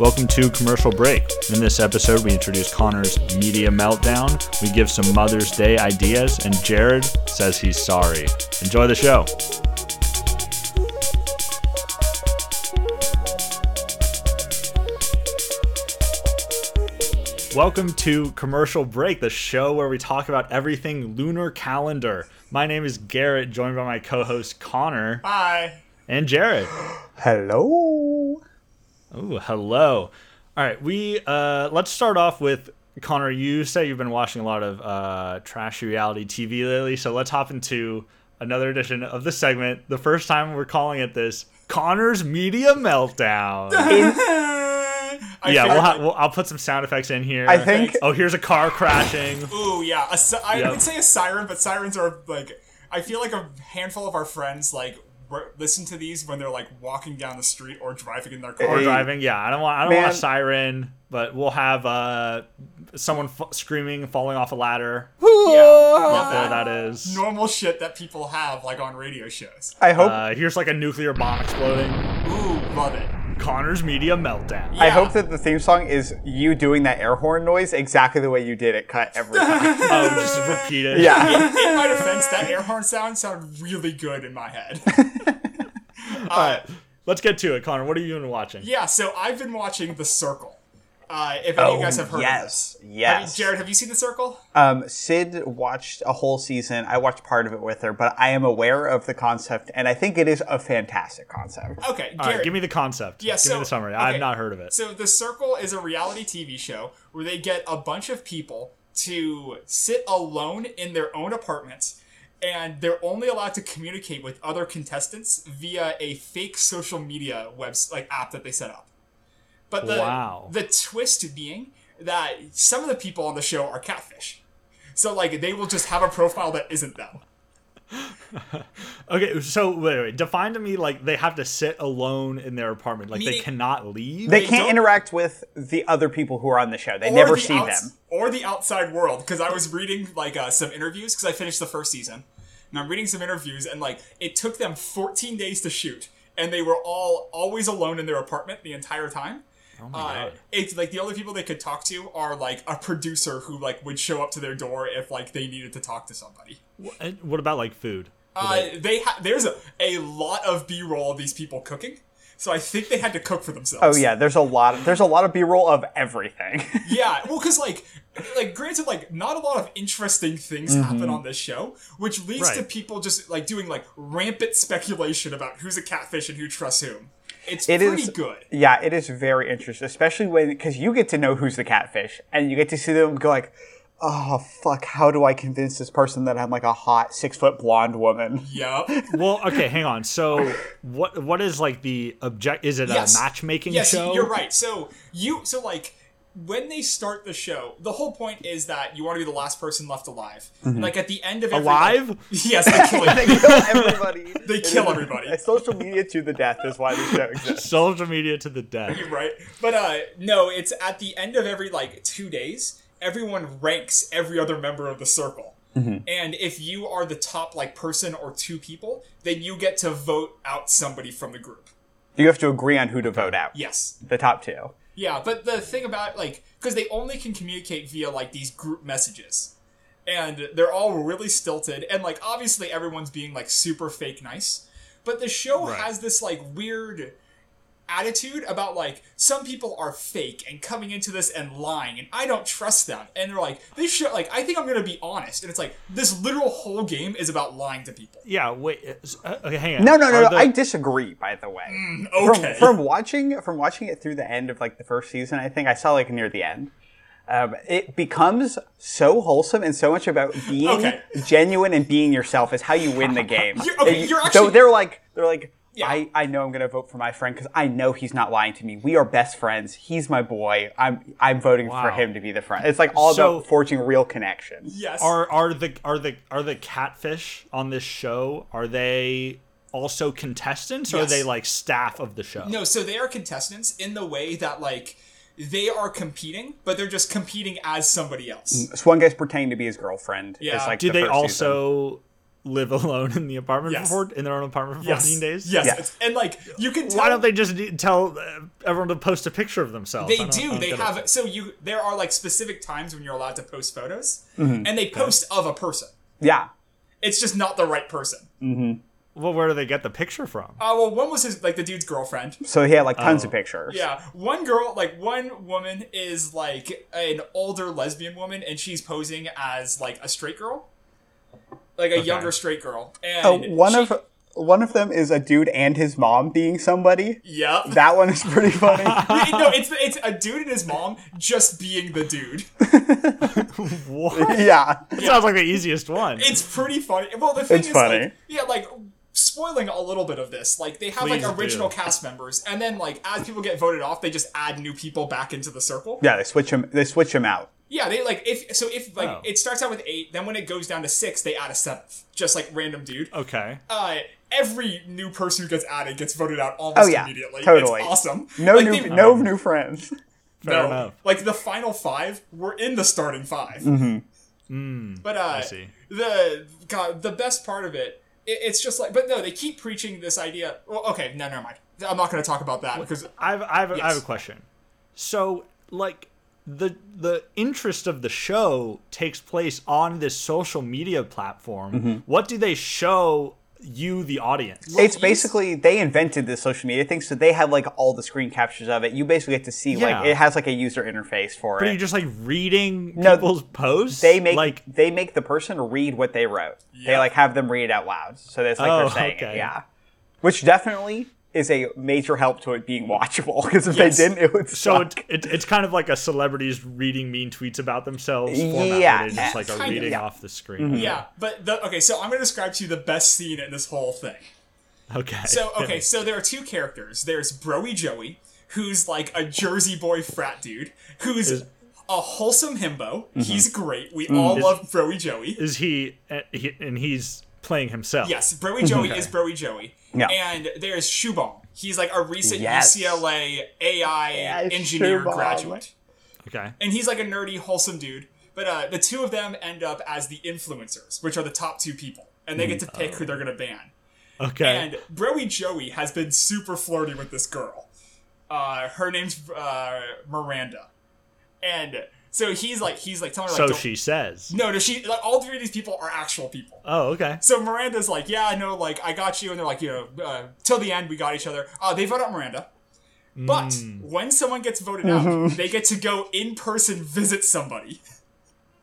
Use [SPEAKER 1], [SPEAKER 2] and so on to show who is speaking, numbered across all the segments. [SPEAKER 1] Welcome to Commercial Break. In this episode, we introduce Connor's media meltdown, we give some Mother's Day ideas, and Jared says he's sorry. Enjoy the show. Welcome to Commercial Break, the show where we talk about everything lunar calendar. My name is Garrett, joined by my co host Connor
[SPEAKER 2] Hi.
[SPEAKER 1] and Jared.
[SPEAKER 3] Hello.
[SPEAKER 1] Ooh, hello. All right, we uh, let's start off with Connor. You say you've been watching a lot of uh, trash reality TV lately, so let's hop into another edition of this segment. The first time we're calling it this, Connor's media meltdown.
[SPEAKER 2] I
[SPEAKER 1] yeah,
[SPEAKER 2] feel
[SPEAKER 1] we'll, ha-
[SPEAKER 2] like-
[SPEAKER 1] we'll I'll put some sound effects in here.
[SPEAKER 3] I think
[SPEAKER 1] Oh, here's a car crashing.
[SPEAKER 2] ooh, yeah. A si- I
[SPEAKER 1] Yep.
[SPEAKER 2] would say a siren, but sirens are like. I feel like a handful of our friends like re- listen to these when they're like walking down the street or driving in their car.
[SPEAKER 1] Or
[SPEAKER 3] Hey,
[SPEAKER 1] driving. Yeah, I don't want. I don't want
[SPEAKER 3] man.
[SPEAKER 1] a siren, but we'll have uh, someone f- screaming, falling off a ladder.
[SPEAKER 2] Yeah.
[SPEAKER 1] There that is.
[SPEAKER 2] Normal shit that people have like on radio shows.
[SPEAKER 3] I hope
[SPEAKER 1] Uh, here's like a nuclear bomb exploding.
[SPEAKER 2] Ooh, love it.
[SPEAKER 1] Connor's media meltdown.
[SPEAKER 3] I
[SPEAKER 2] yeah.
[SPEAKER 3] hope that the theme song is you doing that air horn noise exactly the way you did it cut every time.
[SPEAKER 1] Oh, just repeat it.
[SPEAKER 3] yeah.
[SPEAKER 2] In my defense, that air horn sound sounded really good in my head. Uh,
[SPEAKER 1] Let's get to it, Connor. What are you been watching?
[SPEAKER 2] Yeah, so I've been watching The Circle. Uh, if any of you guys
[SPEAKER 1] Oh,
[SPEAKER 2] have heard
[SPEAKER 3] yes.
[SPEAKER 2] of this. Have you-
[SPEAKER 3] Yes.
[SPEAKER 2] Jared, have you seen The Circle?
[SPEAKER 1] Uh,
[SPEAKER 3] Um, Sid watched a whole season. I watched part of it with her, but I am aware of the concept, and I think it is a fantastic concept.
[SPEAKER 2] Okay, Jared.
[SPEAKER 1] All right, give me the concept.
[SPEAKER 2] Yeah,
[SPEAKER 1] give
[SPEAKER 2] so-
[SPEAKER 1] me the summary.
[SPEAKER 2] okay.
[SPEAKER 1] I've not heard of it.
[SPEAKER 2] So The Circle is a reality TV show where they get a bunch of people to sit alone in their own apartments and they're only allowed to communicate with other contestants via a fake social media webs like app that they set up. But the
[SPEAKER 1] Wow.
[SPEAKER 2] the twist being that some of the people on the show are catfish. So like they will just have a profile that isn't them.
[SPEAKER 1] okay, so wait, wait, define to me like they have to sit alone in their apartment, like they
[SPEAKER 2] Meaning-
[SPEAKER 1] cannot leave.
[SPEAKER 3] They
[SPEAKER 2] They
[SPEAKER 3] can't
[SPEAKER 2] don't-
[SPEAKER 3] interact with the other people who are on the show. They
[SPEAKER 2] Or
[SPEAKER 3] never
[SPEAKER 2] the
[SPEAKER 3] see
[SPEAKER 2] outs-
[SPEAKER 3] them.
[SPEAKER 2] or the outside world because i was reading like uh, some interviews because i finished the first season and i'm reading some interviews and like it took them 14 days to shoot and they were all always alone in their apartment the entire time
[SPEAKER 1] oh my
[SPEAKER 2] uh,
[SPEAKER 1] god.
[SPEAKER 2] it's like the only people they could talk to are like a producer who like would show up to their door if like they needed to talk to somebody
[SPEAKER 1] Wha- What about like food?
[SPEAKER 2] uh, they ha- there's a, a lot of b-roll of these people cooking so i think they had to cook for
[SPEAKER 3] Oh
[SPEAKER 2] themselves
[SPEAKER 3] yeah, there's a lot. There's a lot of B-roll of everything.
[SPEAKER 2] Yeah, well, because like, like granted, like not a lot of interesting things happen on this show, which leads to
[SPEAKER 1] Mm-hmm. Right.
[SPEAKER 2] people just like doing like rampant speculation about who's a catfish and who trusts whom. It's
[SPEAKER 3] It
[SPEAKER 2] pretty
[SPEAKER 3] is-
[SPEAKER 2] good.
[SPEAKER 3] Yeah, it is very interesting, especially when because you get to know who's the catfish, and you get to see them go like, "Oh fuck, how do I convince this person that I'm like a hot six foot blonde woman?"
[SPEAKER 2] Yup.
[SPEAKER 1] Well, okay, hang on. So what what is like the object? Is it
[SPEAKER 2] Yes.
[SPEAKER 1] a matchmaking
[SPEAKER 2] yes,
[SPEAKER 1] show?
[SPEAKER 2] you're right. So you, so like when they start the show, the whole point is that you want to be the last person left alive. Like at the end of every-
[SPEAKER 1] Mm-hmm. Alive?
[SPEAKER 2] yes, they kill
[SPEAKER 3] They
[SPEAKER 2] you.
[SPEAKER 3] kill everybody.
[SPEAKER 2] They kill everybody.
[SPEAKER 3] Social media to the death is why the show exists.
[SPEAKER 1] Social media to the death.
[SPEAKER 2] right? But uh no, it's at the end of every like two days, everyone ranks every other member of the circle. And if you are the top like person or two people, then you get to vote out somebody from the group.
[SPEAKER 3] You have to agree on who to vote out.
[SPEAKER 2] Yes.
[SPEAKER 3] the top two.
[SPEAKER 2] Yeah, but the thing about like because they only can communicate via like these group messages, and they're all really stilted, and like obviously everyone's being like super fake nice, but the show
[SPEAKER 1] Right.
[SPEAKER 2] has this like weird attitude about like some people are fake and coming into this and lying and I don't trust them and they're like this show like I think I'm gonna be honest and it's like this literal whole game is about lying to people.
[SPEAKER 1] Yeah. Wait. it's- uh, Okay, hang on.
[SPEAKER 3] No, no, no,
[SPEAKER 1] Are
[SPEAKER 3] no.
[SPEAKER 1] the-
[SPEAKER 3] I disagree. By the way,
[SPEAKER 2] Hmm. Okay.
[SPEAKER 3] from, from watching from watching it through the end of like the first season, I think I saw like near the end. Um, it becomes so wholesome and so much about being
[SPEAKER 2] Okay.
[SPEAKER 3] genuine and being yourself is how you win the game.
[SPEAKER 2] You're- okay,
[SPEAKER 3] And
[SPEAKER 2] you're
[SPEAKER 3] so
[SPEAKER 2] actually-
[SPEAKER 3] they're like they're like.
[SPEAKER 2] Yeah.
[SPEAKER 3] I, I know I'm gonna vote for my friend because I know he's not lying to me. We are best friends. He's my boy. I'm I'm voting for
[SPEAKER 1] Wow.
[SPEAKER 3] him to be the friend. It's like all
[SPEAKER 1] So-
[SPEAKER 3] about forging real connections.
[SPEAKER 2] yes.
[SPEAKER 1] are are the are the are the catfish on this show are they also contestants or are
[SPEAKER 2] Yes.
[SPEAKER 1] they like staff of the show
[SPEAKER 2] No, so they are contestants in the way that like they are competing, but they're just competing as somebody else.
[SPEAKER 3] So one guy's pretending to be his girlfriend.
[SPEAKER 2] Yeah.
[SPEAKER 3] Is like
[SPEAKER 1] do
[SPEAKER 3] the
[SPEAKER 1] they
[SPEAKER 3] first season.
[SPEAKER 1] also live alone in the apartment
[SPEAKER 2] Yes.
[SPEAKER 1] for in their own apartment for
[SPEAKER 2] Yes.
[SPEAKER 1] 14 days?
[SPEAKER 2] Yes.
[SPEAKER 3] Yeah.
[SPEAKER 2] It's- And like you can tell
[SPEAKER 1] Why don't they just d- tell uh, everyone to post a picture of themselves? I
[SPEAKER 2] They
[SPEAKER 1] don't- I
[SPEAKER 2] do.
[SPEAKER 1] don't
[SPEAKER 2] They
[SPEAKER 1] get it.
[SPEAKER 2] have so you there are like specific times when you're allowed to post photos,
[SPEAKER 3] Mm-hmm.
[SPEAKER 2] and they post of a person.
[SPEAKER 3] Yeah.
[SPEAKER 2] It's just not the right person.
[SPEAKER 1] Well, where do they get the picture from?
[SPEAKER 2] Uh, well, one was his like the dude's girlfriend.
[SPEAKER 3] So he had like tons
[SPEAKER 2] Oh.
[SPEAKER 3] of pictures.
[SPEAKER 2] Yeah, one girl, like one woman, is like an older lesbian woman, and she's posing as like a straight girl, like a younger straight girl. And
[SPEAKER 3] Oh, one
[SPEAKER 2] she-
[SPEAKER 3] of one of them is a dude and his mom being somebody.
[SPEAKER 2] yeah,
[SPEAKER 3] That one is pretty funny.
[SPEAKER 2] no, it's it's a dude and his mom just being the dude.
[SPEAKER 1] What?
[SPEAKER 3] yeah.
[SPEAKER 1] It sounds like the easiest one.
[SPEAKER 2] It's pretty funny. Well, the thing
[SPEAKER 3] It's
[SPEAKER 2] is,
[SPEAKER 3] funny.
[SPEAKER 2] like, yeah, like spoiling a little bit of this. Like they have
[SPEAKER 1] Please
[SPEAKER 2] like original
[SPEAKER 1] do.
[SPEAKER 2] cast members, and then like as people get voted off, they just add new people back into the circle.
[SPEAKER 3] Yeah, they switch him they switch him out.
[SPEAKER 2] Yeah, they like if so if like
[SPEAKER 1] Oh.
[SPEAKER 2] it starts out with eight, then when it goes down to six, they add a seventh, just like random dude.
[SPEAKER 3] Oh.
[SPEAKER 1] okay.
[SPEAKER 2] Uh, every new person who gets added gets voted out almost
[SPEAKER 3] Oh, yeah.
[SPEAKER 2] immediately.
[SPEAKER 3] Totally.
[SPEAKER 2] it's awesome.
[SPEAKER 3] No
[SPEAKER 2] Like,
[SPEAKER 3] new
[SPEAKER 2] they-
[SPEAKER 3] no new friends.
[SPEAKER 1] Fair
[SPEAKER 2] no.
[SPEAKER 1] enough.
[SPEAKER 2] Like the final five were in the starting 5
[SPEAKER 1] Mm-hmm.
[SPEAKER 2] But uh,
[SPEAKER 1] see.
[SPEAKER 2] the God, the best part of it, it, it's just like, but no, they keep preaching this idea. Well, okay, no, never mind. I'm not going to talk about that because
[SPEAKER 1] I've, I've, I have a
[SPEAKER 2] Yes.
[SPEAKER 1] question. So, like, the the interest of the show takes place on this social media platform. What do they show you, the audience?
[SPEAKER 3] It's
[SPEAKER 2] you-
[SPEAKER 3] basically Mm-hmm. they invented this social media thing, so they had like all the screen captures of it. You basically get to see like
[SPEAKER 1] Yeah.
[SPEAKER 3] it has like a user interface for
[SPEAKER 1] Are
[SPEAKER 3] it.
[SPEAKER 1] you just like reading
[SPEAKER 3] No,
[SPEAKER 1] people's posts?
[SPEAKER 3] they make
[SPEAKER 1] like
[SPEAKER 3] they make the person read what they wrote. They
[SPEAKER 2] Yeah.
[SPEAKER 3] like have them read it out loud, so that's like
[SPEAKER 1] Oh,
[SPEAKER 3] they're saying it.
[SPEAKER 1] okay.
[SPEAKER 3] Yeah, which definitely is a major help to it being watchable because if
[SPEAKER 2] Yes.
[SPEAKER 3] they didn't, it would
[SPEAKER 1] so.
[SPEAKER 3] suck.
[SPEAKER 1] It, it, it's kind of like a celebrities reading mean tweets about themselves. Format
[SPEAKER 3] Yeah, Mm-hmm.
[SPEAKER 1] where they just like are
[SPEAKER 2] kind of,
[SPEAKER 1] reading
[SPEAKER 2] yeah.
[SPEAKER 1] off the screen.
[SPEAKER 2] yeah. But the okay, so I'm going to describe to you the best scene in this whole thing.
[SPEAKER 1] Okay.
[SPEAKER 2] So okay, so there are two characters. There's Broy Joey, who's like a Jersey boy frat dude, who's a wholesome himbo.
[SPEAKER 1] Mm-hmm.
[SPEAKER 2] He's great. We all love Broy Joey.
[SPEAKER 1] is he, uh, he and he's playing himself?
[SPEAKER 2] Yes, Broy Joey is Broy Joey.
[SPEAKER 3] Yeah.
[SPEAKER 2] And there's Shubong. He's like a recent
[SPEAKER 3] Yes.
[SPEAKER 2] UCLA AI
[SPEAKER 3] Yes,
[SPEAKER 2] engineer
[SPEAKER 3] Shubong.
[SPEAKER 2] graduate.
[SPEAKER 1] Okay.
[SPEAKER 2] And he's like a nerdy, wholesome dude. But uh, the two of them end up as the influencers, which are the top two people. And they get to pick who they're going to ban.
[SPEAKER 1] Okay.
[SPEAKER 2] And Broey Joey has been super flirty with this girl. Uh, her name's uh, Miranda, and so he's like, he's like telling her like,
[SPEAKER 1] so
[SPEAKER 2] don't-
[SPEAKER 1] she says.
[SPEAKER 2] no, no, she, like, all three of these people are actual people.
[SPEAKER 1] Oh, okay.
[SPEAKER 2] So Miranda's like, yeah, no, like I got you, and they're like, you know, uh, till the end we got each other. Uh, they vote out Miranda, but when someone gets voted out, they get to go in person visit somebody.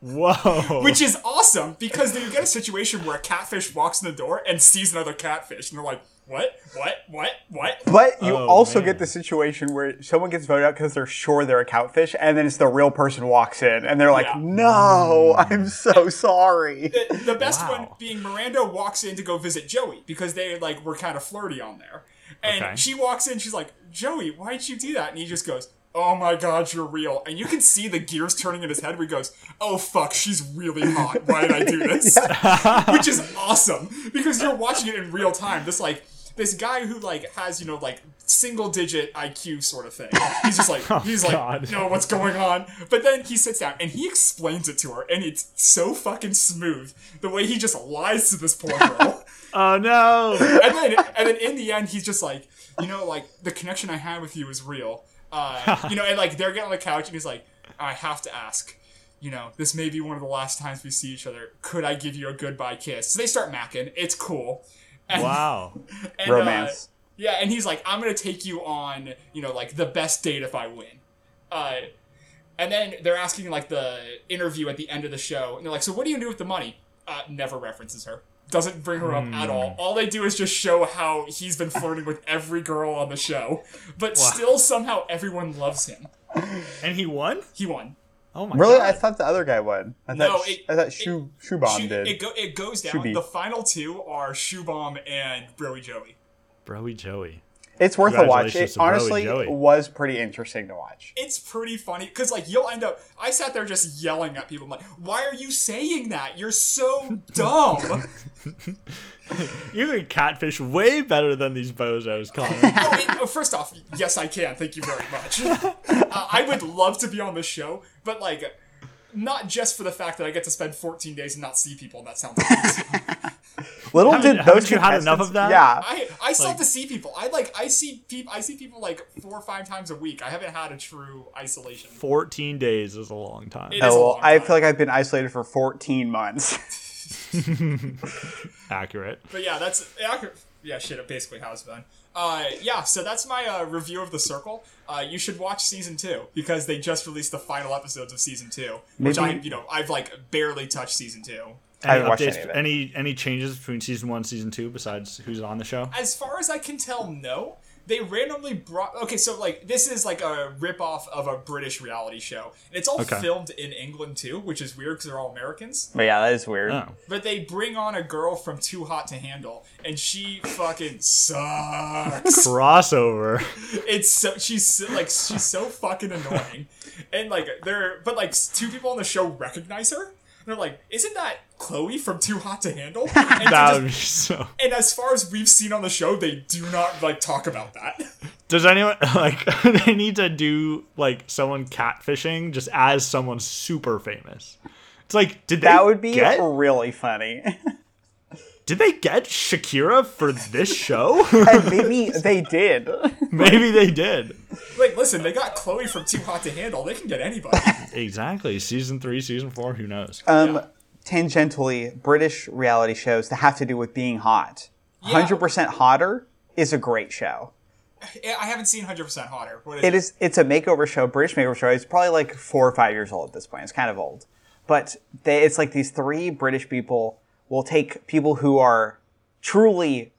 [SPEAKER 1] Whoa.
[SPEAKER 2] Which is awesome because then you get a situation where a catfish walks in the door and sees another catfish, and they're like, "What? What? What? What?"
[SPEAKER 3] But you
[SPEAKER 1] Oh,
[SPEAKER 3] also
[SPEAKER 1] man.
[SPEAKER 3] get the situation where someone gets voted out because they're sure they're a catfish, and then it's the real person walks in, and they're like,
[SPEAKER 2] Yeah.
[SPEAKER 3] "No, I'm so sorry."
[SPEAKER 2] The, the best
[SPEAKER 1] Wow.
[SPEAKER 2] one being Miranda walks in to go visit Joey because they like were kind of flirty on there, and
[SPEAKER 1] Okay.
[SPEAKER 2] she walks in, she's like, "Joey, why'd you do that?" And he just goes. Oh my god, you're real. And you can see the gears turning in his head where he goes, Oh fuck, she's really hot. Why did I do this? which is awesome because you're watching it in real time. This like this guy who like has you know like single digit IQ sort of thing. He's just like he's
[SPEAKER 1] Oh, God.
[SPEAKER 2] like no, what's going on? But then he sits down and he explains it to her, and it's so fucking smooth the way he just lies to this poor girl.
[SPEAKER 1] oh no.
[SPEAKER 2] and then and then in the end, he's just like you know like the connection I had with you is real. Uh, you know, and like they're getting on the couch, and he's like, I have to ask. You know, this may be one of the last times we see each other. Could I give you a goodbye kiss? So they start macking. It's cool. And
[SPEAKER 1] Wow.
[SPEAKER 2] and, uh,
[SPEAKER 3] Romance.
[SPEAKER 2] yeah, and he's like, I'm gonna take you on, you know, like the best date if I win. Uh, and then they're asking like the interview at the end of the show, and they're like, so what do you do with the money? Uh, never references her. Doesn't bring her up at all. All they do is just show how he's been flirting with every girl on the show, but still somehow everyone loves him.
[SPEAKER 1] And he won?
[SPEAKER 2] He won.
[SPEAKER 1] Oh my
[SPEAKER 3] Really, I
[SPEAKER 1] god.
[SPEAKER 3] thought the other guy won. I
[SPEAKER 2] No,
[SPEAKER 3] thought,
[SPEAKER 2] it-
[SPEAKER 3] I thought Shu Shubon
[SPEAKER 2] Shoot,
[SPEAKER 3] did.
[SPEAKER 2] it, go, it goes down.
[SPEAKER 3] Should be.
[SPEAKER 2] The final two are Shoebomb and Broey Joey.
[SPEAKER 1] Broy Joey.
[SPEAKER 3] it's worth a watch.
[SPEAKER 1] Congratulations
[SPEAKER 3] It
[SPEAKER 1] to Bro and
[SPEAKER 3] honestly
[SPEAKER 1] Joey.
[SPEAKER 3] was pretty interesting to watch.
[SPEAKER 2] it's pretty funny because like you'll end up i sat there just yelling at people I'm like why are you saying that you're so dumb
[SPEAKER 1] You can catfish way better than these bozos, Connor.
[SPEAKER 2] Oh, it- oh, first off Uh, yes i can thank you very much uh, i would love to be on this show but like Not just for the fact that I get to spend 14 days and not see people. That sounds. amazing.
[SPEAKER 3] Little
[SPEAKER 1] Haven't-
[SPEAKER 3] did
[SPEAKER 1] haven't
[SPEAKER 3] those
[SPEAKER 1] you had enough
[SPEAKER 3] contestants-
[SPEAKER 1] of that?
[SPEAKER 3] Yeah,
[SPEAKER 2] I I still have to see people. I like I see people. I see people like four or five times a week. I haven't had a true isolation.
[SPEAKER 1] 14 days is a long time.
[SPEAKER 2] It is-
[SPEAKER 3] Oh,
[SPEAKER 2] a
[SPEAKER 3] well,
[SPEAKER 2] long
[SPEAKER 3] I
[SPEAKER 2] time.
[SPEAKER 3] feel like I've been isolated for 14 months.
[SPEAKER 1] Accurate.
[SPEAKER 2] But yeah, that's yeah, I could- yeah. Shit, basically how it's been. Uh, yeah, so that's my uh, review of The Circle. Uh, you should watch season two because they just released the final episodes of season two, which I
[SPEAKER 3] Maybe-
[SPEAKER 2] you know I've like barely touched season two.
[SPEAKER 1] Any
[SPEAKER 3] I haven't watched
[SPEAKER 1] updates?
[SPEAKER 3] any of it.
[SPEAKER 1] Any any changes between season one, and season two, besides who's on the show?
[SPEAKER 2] as far as I can tell, no. They randomly brought. Okay, so like this is like a ripoff of a British reality show. And it's all
[SPEAKER 1] Okay.
[SPEAKER 2] filmed in England too, which is weird because they're all Americans.
[SPEAKER 3] But yeah, that is weird.
[SPEAKER 1] Oh,
[SPEAKER 2] But they bring on a girl from Too Hot to Handle, and she fucking sucks.
[SPEAKER 1] crossover.
[SPEAKER 2] it's so she's so, like she's so fucking annoying, and like they're but like two people on the show recognize her. And they're like, "Isn't that Chloe from Too Hot to Handle?" And, she
[SPEAKER 1] that
[SPEAKER 2] just-
[SPEAKER 1] would be so.
[SPEAKER 2] and as far as we've seen on the show, they do not like talk about that.
[SPEAKER 1] Does anyone like? they need to do like someone catfishing just as someone super famous. It's like, did
[SPEAKER 3] That
[SPEAKER 1] they
[SPEAKER 3] would be
[SPEAKER 1] get?
[SPEAKER 3] really funny.
[SPEAKER 1] Did they get Shakira for this show?
[SPEAKER 3] and maybe they did.
[SPEAKER 1] Maybe they did.
[SPEAKER 2] Like, listen, they got Chloe from Too Hot to Handle. They can get anybody.
[SPEAKER 1] Exactly. Season three, season four. Who knows?
[SPEAKER 3] Um,
[SPEAKER 2] Yeah.
[SPEAKER 3] Tangentially, British reality shows that have to do with being hot. 100% Hotter is a great show.
[SPEAKER 2] I I haven't seen 100% Hotter. What is
[SPEAKER 3] It is. It's a makeover show, British makeover show. It's probably like four or five years old at this point. It's kind of old, but they, it's like these three British people will take people who are truly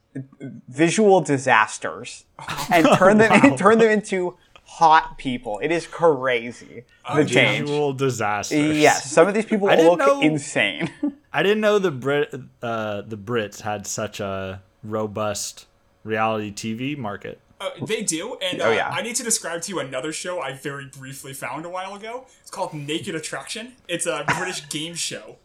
[SPEAKER 3] visual disasters and turn them and turn them into hot people. It is crazy. The change.
[SPEAKER 1] Visual disasters.
[SPEAKER 3] Yes, some of these people
[SPEAKER 1] Oh, didn't
[SPEAKER 3] look
[SPEAKER 1] know-
[SPEAKER 3] insane.
[SPEAKER 1] I didn't know the Brit uh, the Brits had such a robust reality TV market.
[SPEAKER 2] Uh, they do, and uh,
[SPEAKER 3] Oh, yeah.
[SPEAKER 2] I need to describe to you another show I very briefly found a while ago. It's called Naked Attraction. It's a British game show.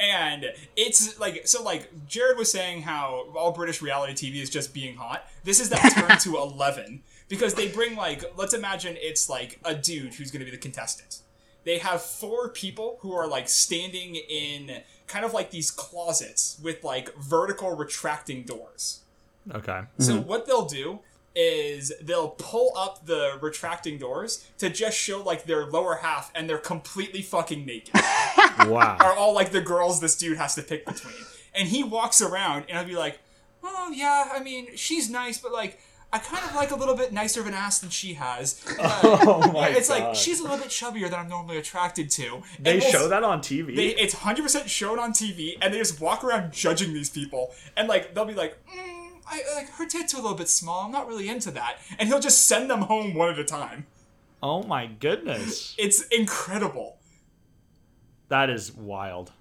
[SPEAKER 2] And it's like, so like Jared was saying how all British reality TV is just being hot. This is that turn to 11 because they bring like, let's imagine it's like a dude who's going to be the contestant. They have four people who are like standing in kind of like these closets with like vertical retracting doors.
[SPEAKER 1] Okay.
[SPEAKER 2] So what they'll do is they'll pull up the retracting doors to just show like their lower half and they're completely fucking naked.
[SPEAKER 1] Wow.
[SPEAKER 2] Are all like the girls this dude has to pick between. And he walks around and I'll be like, "Oh yeah, I mean, she's nice, but like I kind of like a little bit nicer of an ass than she has. Uh,
[SPEAKER 1] oh my
[SPEAKER 2] it's like
[SPEAKER 1] God.
[SPEAKER 2] she's a little bit chubbier than I'm normally attracted to. And
[SPEAKER 1] They
[SPEAKER 2] we'll-
[SPEAKER 1] show that on TV.
[SPEAKER 2] they, it's 100% shown on TV, and they just walk around judging these people. And, like, they'll be like, mm, I, like, her tits are a little bit small. I'm not really into that. And he'll just send them home one at a time.
[SPEAKER 1] oh my goodness.
[SPEAKER 2] It's incredible.
[SPEAKER 1] That is wild.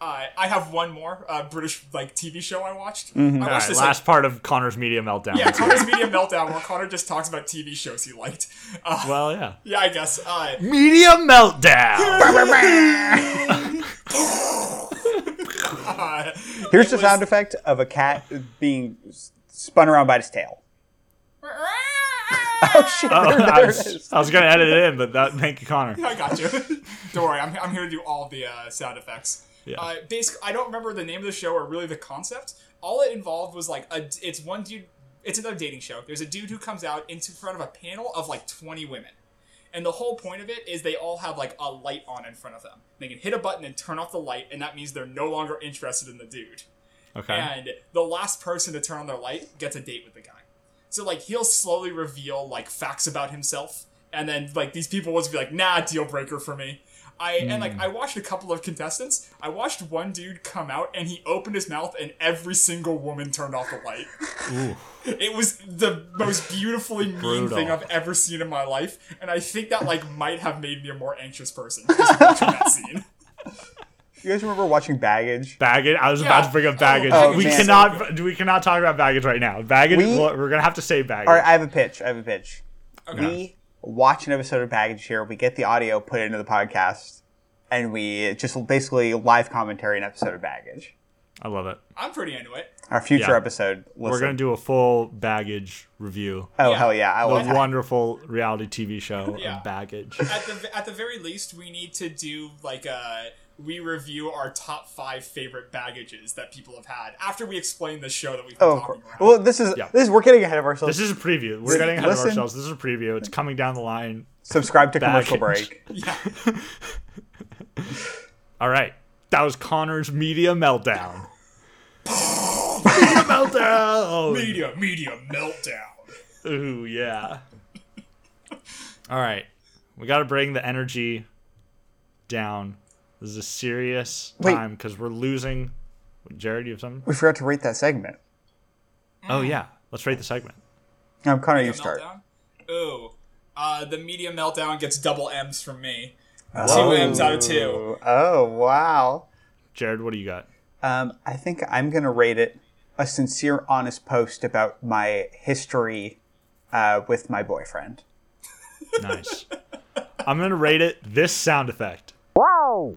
[SPEAKER 2] Uh, I have one more uh, British, like, TV show I watched. I
[SPEAKER 1] Mm-hmm. All
[SPEAKER 2] watched
[SPEAKER 1] right,
[SPEAKER 2] this,
[SPEAKER 1] last
[SPEAKER 2] like,
[SPEAKER 1] part of Connor's media meltdown.
[SPEAKER 2] yeah, Connor's Media Meltdown, where Connor just talks about TV shows he liked. Uh,
[SPEAKER 1] Well, yeah.
[SPEAKER 2] yeah, I guess. Uh,
[SPEAKER 1] Media meltdown.
[SPEAKER 2] uh,
[SPEAKER 3] Here's
[SPEAKER 2] it
[SPEAKER 3] the
[SPEAKER 2] was-
[SPEAKER 3] sound effect of a cat being s- spun around by its tail. Oh shit!
[SPEAKER 1] Oh,
[SPEAKER 3] there,
[SPEAKER 1] I
[SPEAKER 3] there it
[SPEAKER 1] was,
[SPEAKER 3] is.
[SPEAKER 1] I was gonna edit it in, but that thank you, Connor.
[SPEAKER 2] I got you. don't worry, I'm, I'm here to do all the uh, sound effects.
[SPEAKER 1] Yeah.
[SPEAKER 2] Uh, basically, I don't remember the name of the show or really the concept. All it involved was like a, it's one dude. It's another dating show. There's a dude who comes out into front of a panel of like 20 women, and the whole point of it is they all have like a light on in front of them. They can hit a button and turn off the light, and that means they're no longer interested in the dude
[SPEAKER 1] Okay.
[SPEAKER 2] and the last person to turn on their light gets a date with the guy. So like he'll slowly reveal like facts about himself, and then like these people will just be like, "Nah, deal breaker for me." I and
[SPEAKER 1] Hmm.
[SPEAKER 2] like I watched a couple of contestants. I watched one dude come out and he opened his mouth and every single woman turned off the light.
[SPEAKER 1] Ooh.
[SPEAKER 2] It was the most beautifully mean
[SPEAKER 1] Brutal.
[SPEAKER 2] thing I've ever seen in my life, and I think that like might have made me a more anxious person just watching that scene.
[SPEAKER 3] You guys remember watching Baggage?
[SPEAKER 1] Baggage. I was
[SPEAKER 2] Yeah.
[SPEAKER 1] about to bring up baggage.
[SPEAKER 2] Oh,
[SPEAKER 1] we
[SPEAKER 3] man.
[SPEAKER 1] cannot. We cannot talk about baggage right now. Baggage.
[SPEAKER 3] We-
[SPEAKER 1] We, are gonna have to say baggage.
[SPEAKER 3] All right, I have a pitch. I have a pitch.
[SPEAKER 2] Okay.
[SPEAKER 3] We watch an episode of Baggage here. We get the audio, put it into the podcast, and we just basically live commentary an episode of Baggage.
[SPEAKER 1] I love it.
[SPEAKER 2] I'm pretty into it.
[SPEAKER 3] Our future
[SPEAKER 1] Yeah.
[SPEAKER 3] episode. Listen.
[SPEAKER 1] We're gonna do a full baggage review.
[SPEAKER 3] Oh
[SPEAKER 2] Yeah.
[SPEAKER 3] hell yeah! I love
[SPEAKER 1] A
[SPEAKER 3] that.
[SPEAKER 1] wonderful reality TV show
[SPEAKER 2] Yeah.
[SPEAKER 1] of baggage.
[SPEAKER 2] At the at the very least, we need to do like a we review our top five favorite baggages that people have had after we explain the show that we've been
[SPEAKER 3] Oh, of course.
[SPEAKER 2] talking about.
[SPEAKER 3] Well, this is
[SPEAKER 1] Yeah.
[SPEAKER 3] this is we're getting ahead of ourselves.
[SPEAKER 1] This is a preview. We're getting ahead of
[SPEAKER 3] Listen.
[SPEAKER 1] ourselves. This is a preview. It's coming down the line.
[SPEAKER 3] Subscribe to commercial
[SPEAKER 1] Baggage.
[SPEAKER 3] break.
[SPEAKER 2] yeah.
[SPEAKER 1] All right. That was Connor's media meltdown. media meltdown. Oh,
[SPEAKER 2] media media meltdown.
[SPEAKER 1] Ooh, yeah. All right. We got to bring the energy down. This is a serious
[SPEAKER 3] Wait. Mm.
[SPEAKER 1] time because we're losing. Jared, you have something?
[SPEAKER 3] We forgot to rate that segment.
[SPEAKER 1] Oh, yeah. Let's rate the segment.
[SPEAKER 3] Um, Connor, you
[SPEAKER 2] Media
[SPEAKER 3] start.
[SPEAKER 2] Meltdown? Ooh. Uh, the media meltdown gets double M's from me.
[SPEAKER 3] Oh.
[SPEAKER 2] Two M's out of two.
[SPEAKER 3] Oh wow!
[SPEAKER 1] Jared, what do you got?
[SPEAKER 3] Um, I think I'm gonna rate it a sincere, honest post about my history uh, with my boyfriend.
[SPEAKER 1] Nice. I'm going to rate it this sound effect.
[SPEAKER 3] Oh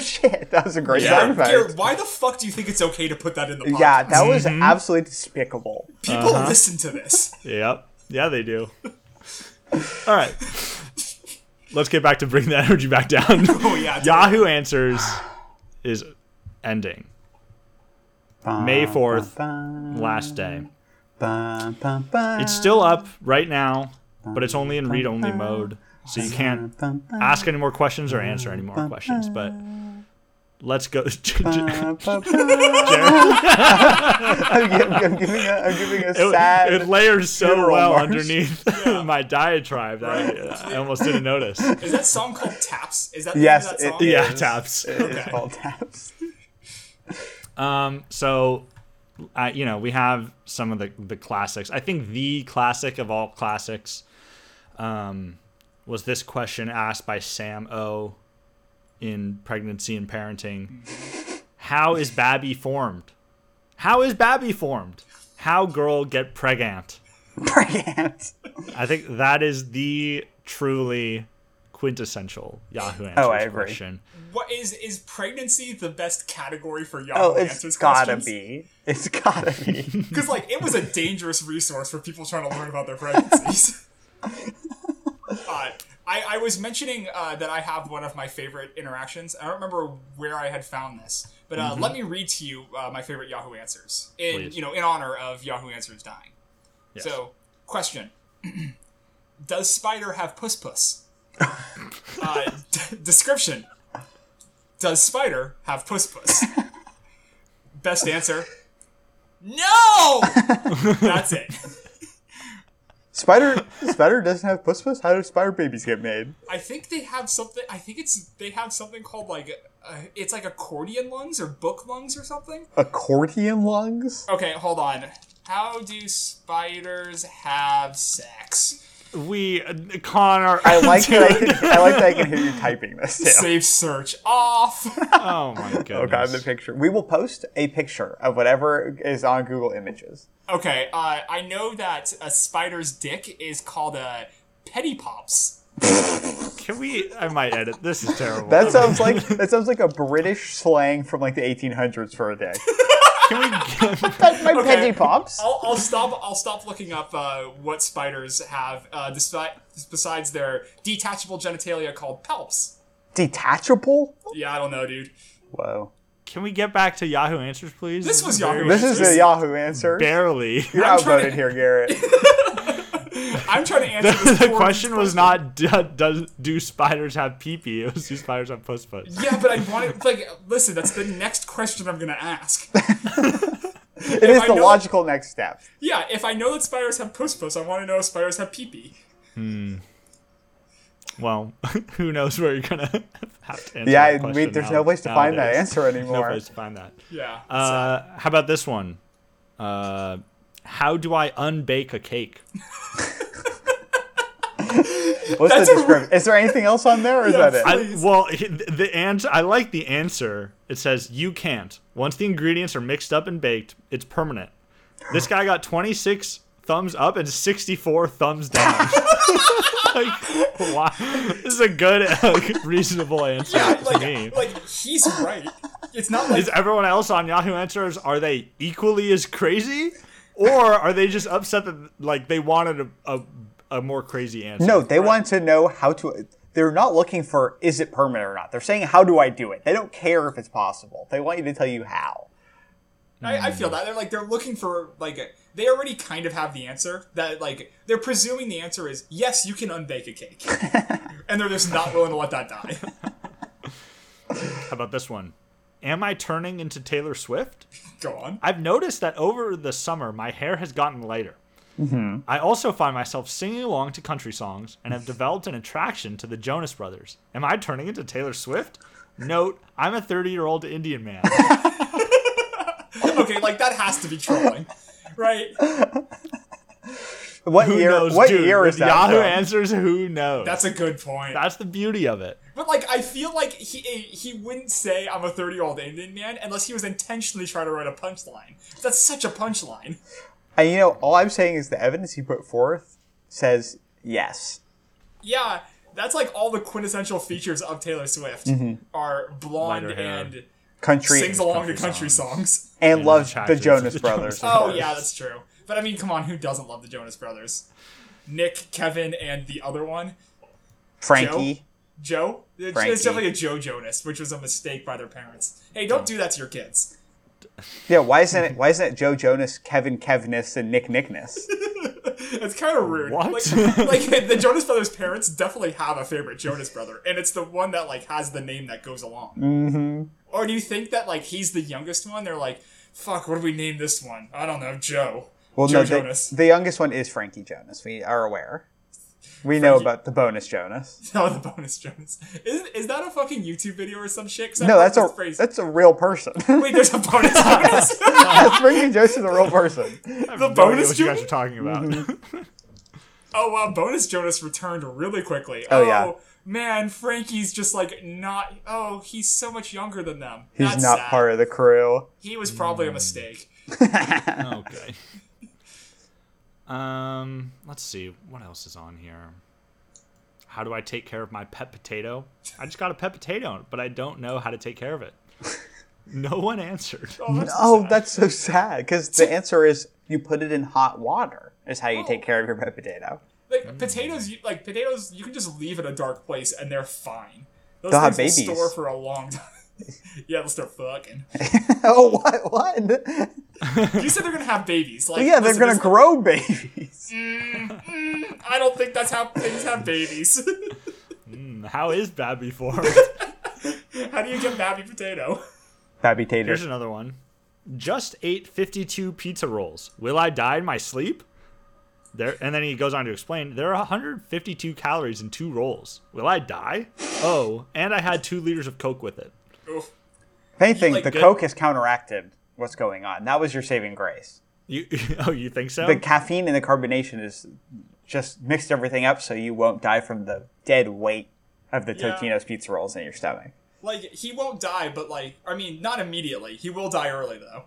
[SPEAKER 3] shit! That was a great sound
[SPEAKER 2] Garrett,
[SPEAKER 3] effect.
[SPEAKER 2] Garrett, why the fuck do you think it's okay to put that in the podcast?
[SPEAKER 3] Yeah, Uh-huh. that was
[SPEAKER 1] Mm-hmm.
[SPEAKER 3] absolutely despicable.
[SPEAKER 2] People listen to this.
[SPEAKER 1] Yep. Yeah, they do. All right. Let's get back to bring the energy back down.
[SPEAKER 2] Oh yeah, dude.
[SPEAKER 1] Yahoo Answers is ending. May 4th,
[SPEAKER 3] Bum,
[SPEAKER 1] last day.
[SPEAKER 3] bum, bum, bum,
[SPEAKER 1] It's still up right now, but it's only in read only mode. So you can't
[SPEAKER 3] bum, bum,
[SPEAKER 1] ask any more questions or answer any more questions. But let's go.
[SPEAKER 3] bum, bum, bum.
[SPEAKER 1] Jared,
[SPEAKER 3] I'm, gi- I'm giving a, I'm giving a sad.
[SPEAKER 1] it, it layers so
[SPEAKER 3] funeral
[SPEAKER 1] well
[SPEAKER 3] march.
[SPEAKER 1] underneath my diatribe that I, I almost didn't notice.
[SPEAKER 2] Is that song called Taps? Is that the
[SPEAKER 3] Yes,
[SPEAKER 2] name of
[SPEAKER 3] it-
[SPEAKER 2] that
[SPEAKER 1] Yeah,
[SPEAKER 2] song?
[SPEAKER 3] Yes.
[SPEAKER 1] taps.
[SPEAKER 3] It's called taps.
[SPEAKER 1] Um, so, uh, you know, we have some of the, the classics. I think the classic of all classics um, was this question asked by Sam O in Pregnancy and Parenting How is Babby formed? How is Babby formed? How girl get pregnant?
[SPEAKER 3] Brilliant.
[SPEAKER 1] I think that is the truly quintessential Yahoo Answers
[SPEAKER 3] Oh, I agree.
[SPEAKER 1] question.
[SPEAKER 2] What is is pregnancy the best category for Yahoo
[SPEAKER 3] Oh,
[SPEAKER 2] Answers?
[SPEAKER 3] it's gotta be. It's gotta be.
[SPEAKER 2] because like it was a dangerous resource for people trying to learn about their pregnancies. uh, I I was mentioning uh, that I have one of my favorite interactions. I don't remember where I had found this, but uh, let me read to you uh, my favorite Yahoo Answers in
[SPEAKER 1] Mm-hmm. Please.
[SPEAKER 2] you know in honor of Yahoo Answers dying.
[SPEAKER 1] Yes.
[SPEAKER 2] So question: Does spider have puss puss? uh, d- description: Does spider have puss puss? Best answer. No! That's it.
[SPEAKER 3] Spider Spider doesn't have puss puss. How do spider babies get made?
[SPEAKER 2] I think they have something. I think it's they have something called like uh, it's like accordion lungs or book lungs or something.
[SPEAKER 3] Accordion lungs.
[SPEAKER 2] Okay, hold on. How do spiders have sex?
[SPEAKER 1] We, uh, Connor,
[SPEAKER 3] I like that. I, can, I like that. I can hear you typing this. Too.
[SPEAKER 2] Safe search off.
[SPEAKER 1] oh my goodness.
[SPEAKER 3] Oh god, the picture. We will post a picture of whatever is on Google Images.
[SPEAKER 2] okay, uh, I know that a spider's dick is called uh, a pettipops.
[SPEAKER 1] Can we? I might edit. This is terrible.
[SPEAKER 3] That sounds like that sounds like a British slang from like the 1800s for a day.
[SPEAKER 1] Can we?
[SPEAKER 3] That's my
[SPEAKER 2] Okay.
[SPEAKER 3] penny pops.
[SPEAKER 2] I'll, I'll stop. I'll stop looking up uh, what spiders have uh, despite, besides their detachable genitalia called palps.
[SPEAKER 3] Detachable.
[SPEAKER 2] Yeah, I don't know, dude.
[SPEAKER 3] Whoa.
[SPEAKER 1] Can we get back to Yahoo Answers, please?
[SPEAKER 2] This was
[SPEAKER 1] is very-
[SPEAKER 2] Yahoo
[SPEAKER 3] This is the
[SPEAKER 2] Answers.
[SPEAKER 3] Yahoo answer.
[SPEAKER 1] Barely.
[SPEAKER 3] You're
[SPEAKER 2] I'm trying
[SPEAKER 3] outvoted here, Garrett.
[SPEAKER 2] I'm trying to answer this
[SPEAKER 1] the
[SPEAKER 2] poor
[SPEAKER 1] question was not do, does do spiders have pee pee? It was do spiders have puss puss?
[SPEAKER 2] Yeah, but I wanted like listen. That's the next question I'm gonna ask.
[SPEAKER 3] It is
[SPEAKER 2] I
[SPEAKER 3] the
[SPEAKER 2] know-
[SPEAKER 3] logical next step.
[SPEAKER 2] Yeah, if I know that spiders have puss puss, I want to know if spiders have pee pee.
[SPEAKER 1] Well, who knows where you're gonna have to answer.
[SPEAKER 3] Yeah,
[SPEAKER 1] that
[SPEAKER 3] I- we-
[SPEAKER 1] question
[SPEAKER 3] there's
[SPEAKER 1] now-
[SPEAKER 3] no place to find that
[SPEAKER 1] nowadays.
[SPEAKER 3] answer
[SPEAKER 1] No
[SPEAKER 3] anymore.
[SPEAKER 1] place to find that.
[SPEAKER 2] Yeah.
[SPEAKER 1] Uh, how about this one? Uh, how do I unbake a cake?
[SPEAKER 3] What's the
[SPEAKER 2] That's a-
[SPEAKER 3] description? Is there anything else on there, or is
[SPEAKER 2] Yeah,
[SPEAKER 3] that it?
[SPEAKER 1] I,
[SPEAKER 2] Please.
[SPEAKER 1] well, h- the answer. I like the answer. It says you can't. Once the ingredients are mixed up and baked, it's permanent. This guy got 26 thumbs up and 64 thumbs down. like, why? This is a good, uh, reasonable answer
[SPEAKER 2] yeah,
[SPEAKER 1] to me.
[SPEAKER 2] like, like he's right. It's not like
[SPEAKER 1] Is everyone else on Yahoo Answers are they equally as crazy, or are they just upset that like they wanted a a, a more crazy answer?
[SPEAKER 3] No, they want to know how to. They're not looking for is it permanent or not. They're saying how do I do it. They don't care if it's possible. They want you to tell you how.
[SPEAKER 2] I, I feel that they're like they're looking for like a, they already kind of have the answer that like they're presuming the answer is yes you can unbake a cake and they're just not willing to let that die
[SPEAKER 1] How about this one? Am I turning into Taylor Swift?
[SPEAKER 2] go on
[SPEAKER 1] I've noticed that over the summer, my hair has gotten lighter.
[SPEAKER 3] Mm-hmm.
[SPEAKER 1] I also find myself singing along to country songs and have developed an attraction to the Jonas Brothers. Am I turning into Taylor Swift? Note, I'm a 30 year old Indian man.
[SPEAKER 2] okay like that has to be trolling right
[SPEAKER 3] What
[SPEAKER 1] Who
[SPEAKER 3] year?
[SPEAKER 1] knows,
[SPEAKER 3] what
[SPEAKER 1] dude?
[SPEAKER 3] year is
[SPEAKER 1] With
[SPEAKER 3] that?
[SPEAKER 1] Yahoo
[SPEAKER 3] from?
[SPEAKER 1] answers who knows. That's,
[SPEAKER 2] that's a good point
[SPEAKER 1] That's the beauty of it.
[SPEAKER 2] but like I feel like he he wouldn't say I'm a 30 year old Indian man unless he was intentionally trying to write a punchline that's such a punchline
[SPEAKER 3] And you know, all I'm saying is the evidence he put forth says yes.
[SPEAKER 2] yeah that's like all the quintessential features of Taylor Swift are blonde
[SPEAKER 1] Lighter hair.
[SPEAKER 2] and
[SPEAKER 3] Country
[SPEAKER 2] sings along to
[SPEAKER 1] country
[SPEAKER 2] country
[SPEAKER 1] songs.
[SPEAKER 2] songs.
[SPEAKER 3] and
[SPEAKER 1] and
[SPEAKER 3] loves the
[SPEAKER 1] attracted to
[SPEAKER 3] Jonas
[SPEAKER 1] the
[SPEAKER 3] Brothers.
[SPEAKER 1] Jonas
[SPEAKER 3] of
[SPEAKER 2] Oh
[SPEAKER 3] course.
[SPEAKER 2] yeah, that's true. But I mean, come on, who doesn't love the Jonas Brothers? Nick, Kevin, and the other one,
[SPEAKER 3] Frankie.
[SPEAKER 2] Joe. It's,
[SPEAKER 3] Frankie.
[SPEAKER 2] it's definitely a Joe Jonas, which was a mistake by their parents. Hey, don't do that to your kids.
[SPEAKER 3] Yeah, why isn't it? Why isn't it Joe Jonas, Kevin Kevness, and Nick Nickness?
[SPEAKER 2] That's kind of rude.
[SPEAKER 1] What?
[SPEAKER 2] Like, like the Jonas Brothers parents definitely have a favorite Jonas brother, and it's the one that like has the name that goes along. Mm-hmm. Or do you think that like he's the youngest one? They're like, fuck, what do we name this one? I don't know, Joe.
[SPEAKER 3] Well,
[SPEAKER 2] Joe
[SPEAKER 3] no,
[SPEAKER 2] Jonas.
[SPEAKER 3] The, the youngest one is Frankie Jonas. We are aware. We know about the bonus Jonas.
[SPEAKER 2] Oh, the bonus Jonas. Is, is that a fucking YouTube video or some shit? 'Cause I've
[SPEAKER 3] No,
[SPEAKER 2] heard
[SPEAKER 3] that's
[SPEAKER 2] this
[SPEAKER 3] a
[SPEAKER 2] phrase.
[SPEAKER 3] that's a real person.
[SPEAKER 2] Wait, there's a bonus Jonas.
[SPEAKER 3] Frankie Jonas is a real person.
[SPEAKER 1] The
[SPEAKER 2] bonus
[SPEAKER 1] what you guys
[SPEAKER 2] Jonas?
[SPEAKER 1] are talking
[SPEAKER 3] Mm-hmm.
[SPEAKER 1] about.
[SPEAKER 2] oh wow, bonus Jonas returned really quickly.
[SPEAKER 3] Oh, yeah.
[SPEAKER 2] man, Frankie's just like not. Oh, he's so much younger than them.
[SPEAKER 3] He's
[SPEAKER 2] that's
[SPEAKER 3] not
[SPEAKER 2] sad.
[SPEAKER 3] part of the crew.
[SPEAKER 2] He was probably a mistake.
[SPEAKER 1] okay. Um, let's see what else is on here. How do I take care of my pet potato? I just got a pet potato, but I don't know how to take care of it. No one answered.
[SPEAKER 2] Oh, that's
[SPEAKER 3] Oh,
[SPEAKER 2] sad.
[SPEAKER 3] that's so sad. Because the answer is you put it in hot water. Is how you
[SPEAKER 2] Oh.
[SPEAKER 3] take care of your pet potato.
[SPEAKER 2] like potatoes. You, like potatoes, you can just leave in a dark place and they're fine. Those
[SPEAKER 3] They'll have
[SPEAKER 2] things will
[SPEAKER 3] babies.
[SPEAKER 2] store for a long time. yeah, they'll start fucking.
[SPEAKER 3] oh, what? What?
[SPEAKER 2] You said they're gonna have babies. Like
[SPEAKER 3] Yeah, they're
[SPEAKER 2] listen,
[SPEAKER 3] gonna
[SPEAKER 2] this-
[SPEAKER 3] grow babies.
[SPEAKER 2] I don't think that's how things have babies.
[SPEAKER 1] How is Babby formed?
[SPEAKER 2] How do you get Babby Potato?
[SPEAKER 3] Babby Tater.
[SPEAKER 1] Here's another one. Just ate 52 pizza rolls. Will I die in my sleep? There, and then he goes on to explain there are 152 calories in two rolls. Will I die? Oh, and I had two liters of Coke with it.
[SPEAKER 2] Oof.
[SPEAKER 3] If anything,
[SPEAKER 2] like
[SPEAKER 3] the
[SPEAKER 2] good-
[SPEAKER 3] Coke has counteracted what's going on. That was your saving grace.
[SPEAKER 1] You, oh, you think so?
[SPEAKER 3] The caffeine and the carbonation is just mixed everything up so you won't die from the dead weight of the
[SPEAKER 2] Yeah.
[SPEAKER 3] Totino's pizza rolls in your stomach.
[SPEAKER 2] Like he won't die, but like I mean, not immediately. He will die early though.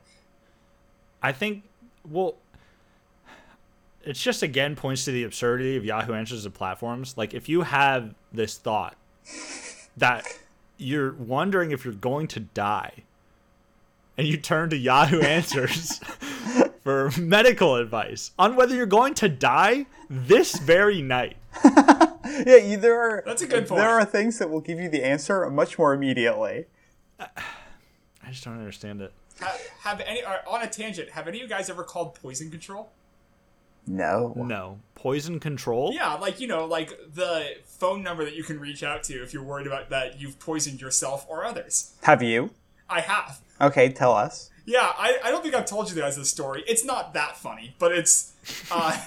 [SPEAKER 1] I think well it's just again points to the absurdity of Yahoo Answers and platforms. Like if you have this thought that you're wondering if you're going to die and you turn to Yahoo Answers for medical advice on whether you're going to die this very night.
[SPEAKER 3] Yeah, you, there are
[SPEAKER 2] That's a good point.
[SPEAKER 3] There are things that will give you the answer much more immediately.
[SPEAKER 1] I just don't understand it.
[SPEAKER 2] Have, have any or on a tangent? Have any of you guys ever called poison control?
[SPEAKER 3] No.
[SPEAKER 1] No. Poison control?
[SPEAKER 2] Yeah, like you know, like the phone number that you can reach out to if you're worried about that you've poisoned yourself or others.
[SPEAKER 3] Have you?
[SPEAKER 2] I have.
[SPEAKER 3] Okay, tell us.
[SPEAKER 2] Yeah, I, I don't think I've told you guys this story. It's not that funny, but it's. Uh,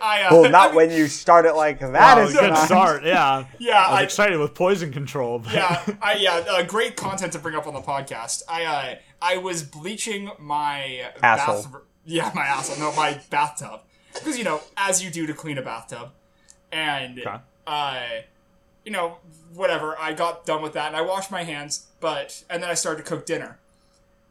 [SPEAKER 2] I, uh,
[SPEAKER 3] Well, not
[SPEAKER 2] I-
[SPEAKER 3] when you start it like that.
[SPEAKER 1] Oh,
[SPEAKER 3] is
[SPEAKER 1] good
[SPEAKER 3] not-
[SPEAKER 1] start. Yeah.
[SPEAKER 2] Yeah,
[SPEAKER 1] I was
[SPEAKER 2] I-
[SPEAKER 1] excited with poison control. But
[SPEAKER 2] yeah, I, yeah, uh, great content to bring up on the podcast. I uh, I was bleaching my
[SPEAKER 3] Asshole.
[SPEAKER 2] bath. Yeah, my asshole. No, my bathtub. Because you know, as you do to clean a bathtub, and
[SPEAKER 1] Okay.
[SPEAKER 2] uh, you know, whatever. I got done with that, and I washed my hands, but and then I started to cook dinner,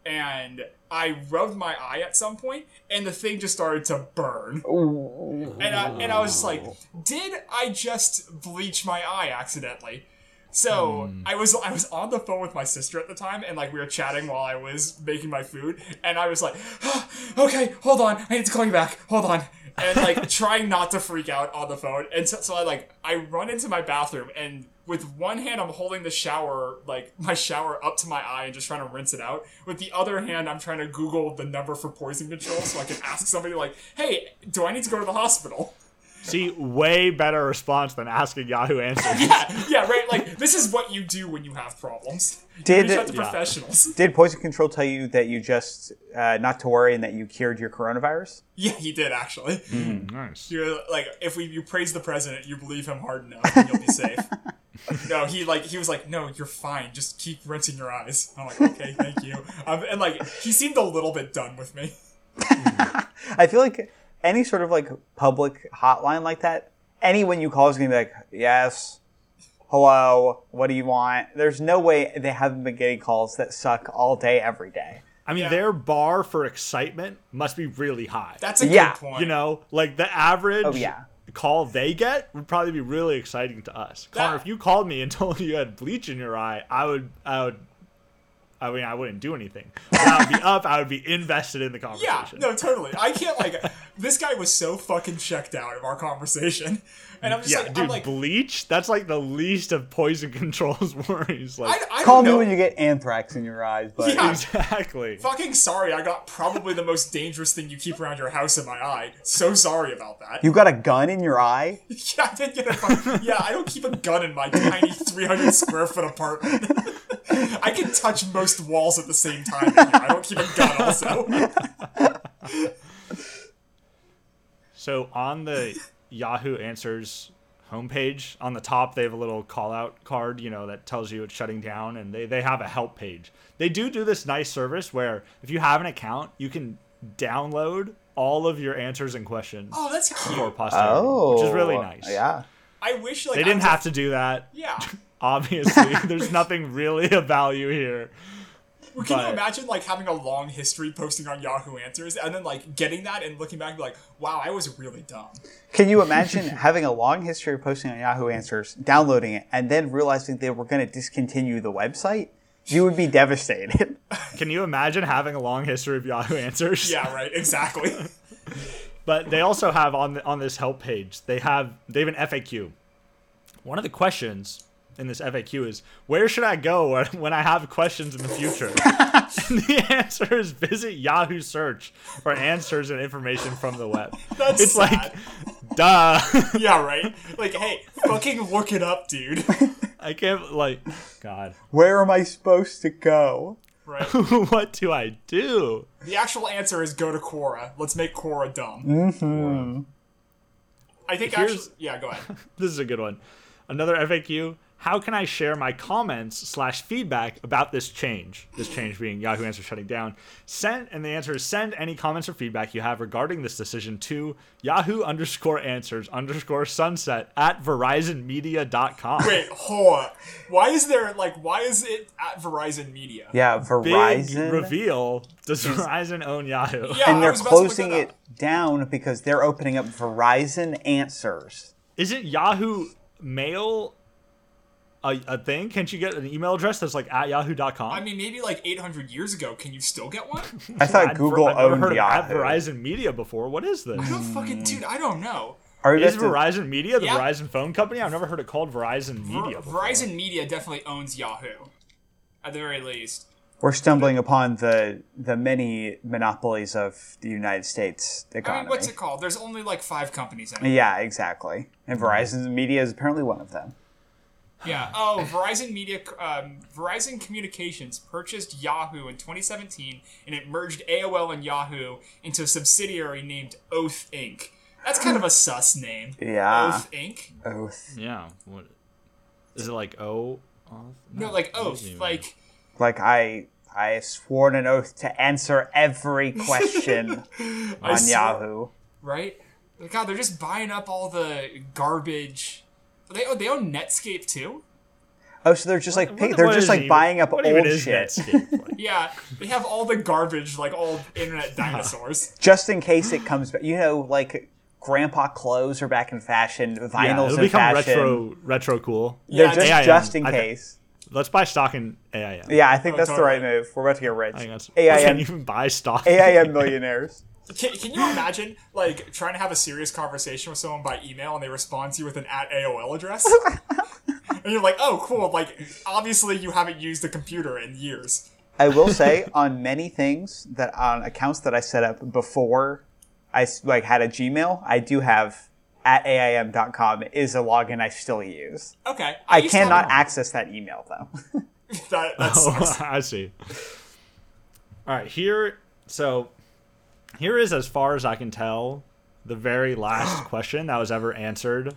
[SPEAKER 2] and I rubbed my eye at some point, and the thing just started to burn. And I, and I was just like, did I just bleach my eye accidentally? So I was I was on the phone with my sister at the time, and like we were chatting while I was making my food, and I was like, "Ah, "Okay, hold on, I need to call you back. Hold on," and like trying not to freak out on the phone. And so, so I like I run into my bathroom, and with one hand I'm holding the shower like my shower up to my eye and just trying to rinse it out. With the other hand, I'm trying to Google the number for poison control so I can ask somebody like, "Hey, do I need to go to the hospital?"
[SPEAKER 1] See, way better response than asking Yahoo Answers.
[SPEAKER 2] yeah, yeah, right. Like this is what you do when you have problems.
[SPEAKER 3] Did-
[SPEAKER 2] you reach out to
[SPEAKER 1] Yeah.
[SPEAKER 2] professionals?
[SPEAKER 3] Did poison control tell you that you just uh, not to worry and that you cured your coronavirus?
[SPEAKER 2] Yeah, he did actually.
[SPEAKER 1] Mm.
[SPEAKER 3] Hmm,
[SPEAKER 1] nice.
[SPEAKER 2] You're like, if we you praise the president, you believe him hard enough, and you'll be safe. no, he like he was like, no, you're fine. Just keep rinsing your eyes. I'm like, okay, thank you. Um, and like he seemed a little bit done with me.
[SPEAKER 3] I feel like any sort of like public hotline like that, anyone you call is gonna be like, yes, hello, what do you want? There's no way they haven't been getting calls that suck all day, every day.
[SPEAKER 1] I mean,
[SPEAKER 2] Yeah.
[SPEAKER 1] their bar for excitement must be really high.
[SPEAKER 2] That's a
[SPEAKER 3] Yeah,
[SPEAKER 2] good point.
[SPEAKER 1] you know, like the average
[SPEAKER 3] Oh, yeah.
[SPEAKER 1] call they get would probably be really exciting to us. Connor,
[SPEAKER 2] That-
[SPEAKER 1] if you called me and told me you had bleach in your eye, I would, I would. I mean, I wouldn't do anything. But I would be up. I would be invested in the
[SPEAKER 2] Yeah,
[SPEAKER 1] conversation.
[SPEAKER 2] no, totally. I can't like this guy was so fucking checked out of our conversation, and I'm just
[SPEAKER 1] Yeah,
[SPEAKER 2] like,
[SPEAKER 1] dude,
[SPEAKER 2] I'm like,
[SPEAKER 1] bleach. That's like the least of poison control's worries. Like,
[SPEAKER 2] I, I
[SPEAKER 3] Call
[SPEAKER 2] don't
[SPEAKER 3] me
[SPEAKER 2] know.
[SPEAKER 3] when you get anthrax in your eyes, but
[SPEAKER 2] Yeah.
[SPEAKER 1] exactly.
[SPEAKER 2] Fucking sorry, I got probably the most dangerous thing you keep around your house in my eye. So sorry about that.
[SPEAKER 3] you got a gun in your eye?
[SPEAKER 2] yeah, I did get a fuck- Yeah, I don't keep a gun in my tiny 300 square foot apartment. I can touch most walls at the same time. in here. I don't keep a gun, also.
[SPEAKER 1] So on the Yahoo Answers homepage, on the top they have a little call out card, you know, that tells you it's shutting down and they, they have a help page. They do do this nice service where if you have an account, you can download all of your answers and questions
[SPEAKER 2] Oh, that's
[SPEAKER 1] for
[SPEAKER 2] cute.
[SPEAKER 1] posterity, which is really nice.
[SPEAKER 3] Oh. Yeah.
[SPEAKER 2] I wish like
[SPEAKER 1] They
[SPEAKER 2] I
[SPEAKER 1] didn't
[SPEAKER 2] was
[SPEAKER 1] have to do that.
[SPEAKER 2] A- yeah.
[SPEAKER 1] Obviously, there's nothing really of value here.
[SPEAKER 2] Well, Can
[SPEAKER 1] But-
[SPEAKER 2] you imagine like having a long history posting on Yahoo Answers and then like getting that and looking back and be like, wow, I was really dumb.
[SPEAKER 3] Can you imagine having a long history of posting on Yahoo Answers, downloading it, and then realizing they were going to discontinue the website? You would be devastated.
[SPEAKER 1] Can you imagine having a long history of Yahoo Answers?
[SPEAKER 2] Yeah, right. Exactly.
[SPEAKER 1] But they also have on the, on this help page, they have they have an FAQ. One of the questions in this FAQ is, "Where should I go when- when I have questions in the future?" and the answer is visit Yahoo search for answers and information from the web.
[SPEAKER 2] That's
[SPEAKER 1] it's like,
[SPEAKER 2] sad.
[SPEAKER 1] duh,
[SPEAKER 2] yeah, right. Like, hey, fucking look it up, dude.
[SPEAKER 1] I can't like, God,
[SPEAKER 3] Where am I supposed to go?
[SPEAKER 2] Right.
[SPEAKER 1] what do I do?
[SPEAKER 2] The actual answer is go to Quora. Let's make Quora dumb. I think
[SPEAKER 1] Mm-hmm. Here's-
[SPEAKER 2] actually, yeah, go ahead.
[SPEAKER 1] This is a good one. Another FAQ. How can I share my comments slash feedback about this change? This change being Yahoo Answers shutting down. Send and the answer is send any comments or feedback you have regarding this decision to Yahoo underscore answers underscore sunset at verizonmedia.com.
[SPEAKER 2] Wait, hold on. Why is there like why is it at Verizon Media?
[SPEAKER 3] Yeah,
[SPEAKER 1] Big
[SPEAKER 3] Verizon.
[SPEAKER 1] reveal. Does Verizon own Yahoo?
[SPEAKER 2] Yeah,
[SPEAKER 3] and
[SPEAKER 2] I
[SPEAKER 3] they're
[SPEAKER 2] was about to look
[SPEAKER 3] closing
[SPEAKER 2] that
[SPEAKER 3] it
[SPEAKER 2] up.
[SPEAKER 3] down because they're opening up Verizon Answers.
[SPEAKER 1] Isn't Yahoo Mail a, a thing? Can't you get an email address that's like at yahoo.com?
[SPEAKER 2] I mean, maybe like 800 years ago. Can you still get one?
[SPEAKER 3] I thought Google
[SPEAKER 1] I've never
[SPEAKER 3] owned
[SPEAKER 1] heard of at
[SPEAKER 3] Yahoo.
[SPEAKER 1] Verizon Media before. What is this?
[SPEAKER 2] I don't
[SPEAKER 3] Hmm.
[SPEAKER 2] fucking dude. I don't know.
[SPEAKER 3] Are we
[SPEAKER 1] Is
[SPEAKER 3] about to-
[SPEAKER 1] Verizon Media the
[SPEAKER 2] Yeah.
[SPEAKER 1] Verizon phone company? I've never heard it called Verizon
[SPEAKER 2] Ver-
[SPEAKER 1] Media. before.
[SPEAKER 2] Verizon Media definitely owns Yahoo, at the very least.
[SPEAKER 3] We're stumbling upon the the many monopolies of the United States
[SPEAKER 2] I
[SPEAKER 3] economy.
[SPEAKER 2] mean, what's it called? There's only like five companies in it.
[SPEAKER 3] yeah, exactly.
[SPEAKER 1] Mm-hmm.
[SPEAKER 3] And Verizon Media is apparently one of them.
[SPEAKER 2] Yeah. Oh, Verizon Media, um, Verizon Communications purchased Yahoo in 2017, and it merged AOL and Yahoo into a subsidiary named Oath Inc. That's kind of a sus name.
[SPEAKER 3] Yeah.
[SPEAKER 2] Oath Inc.
[SPEAKER 3] Oath.
[SPEAKER 1] Yeah. What? Is it like oh, O? oath?
[SPEAKER 2] No, like
[SPEAKER 1] I don't
[SPEAKER 2] Oath,
[SPEAKER 1] even know.
[SPEAKER 2] like
[SPEAKER 3] Like I I have sworn an oath to answer every question
[SPEAKER 2] I
[SPEAKER 3] on
[SPEAKER 2] swear-
[SPEAKER 3] Yahoo.
[SPEAKER 2] right? God, they're just buying up all the garbage. They oh, they own Netscape too.
[SPEAKER 3] Oh, so they're just like pick,
[SPEAKER 1] What-
[SPEAKER 3] they're
[SPEAKER 1] what
[SPEAKER 3] just
[SPEAKER 1] is
[SPEAKER 3] like
[SPEAKER 1] even-
[SPEAKER 3] buying up
[SPEAKER 1] what even
[SPEAKER 3] old
[SPEAKER 1] is
[SPEAKER 3] shit
[SPEAKER 1] Netscape? Like,
[SPEAKER 2] Yeah, they have all the garbage, like old internet dinosaurs.
[SPEAKER 3] just in case it comes back. You know, like grandpa clothes are back in fashion,
[SPEAKER 1] Yeah,
[SPEAKER 3] vinyls
[SPEAKER 1] it'll
[SPEAKER 3] in
[SPEAKER 1] become
[SPEAKER 3] fashion.
[SPEAKER 1] retro, retro cool.
[SPEAKER 3] They're
[SPEAKER 2] Yeah,
[SPEAKER 3] just
[SPEAKER 1] AIM.
[SPEAKER 3] just in
[SPEAKER 1] I think-
[SPEAKER 3] case.
[SPEAKER 1] Let's buy stock in AIM.
[SPEAKER 3] yeah, I think that's
[SPEAKER 2] totally.
[SPEAKER 3] the right move. We're about to get rich.
[SPEAKER 1] I think that's, we can't
[SPEAKER 3] AIM,
[SPEAKER 1] even buy stock.
[SPEAKER 3] AIM millionaires.
[SPEAKER 2] Can, can you imagine, like, trying to have a serious conversation with someone by email and they respond to you with an at AOL address? and you're like, oh, cool. Like, obviously you haven't used a computer in years.
[SPEAKER 3] I will say on many things that on accounts that I set up before I s- like had a Gmail, I do have at aim.com is a login I still use.
[SPEAKER 2] Okay.
[SPEAKER 3] I
[SPEAKER 2] used to
[SPEAKER 3] cannot
[SPEAKER 2] have-
[SPEAKER 3] access that email though.
[SPEAKER 2] That, that
[SPEAKER 1] Oh,
[SPEAKER 2] sucks.
[SPEAKER 1] I see. All right, here. So, here is, as far as I can tell, the very last question that was ever answered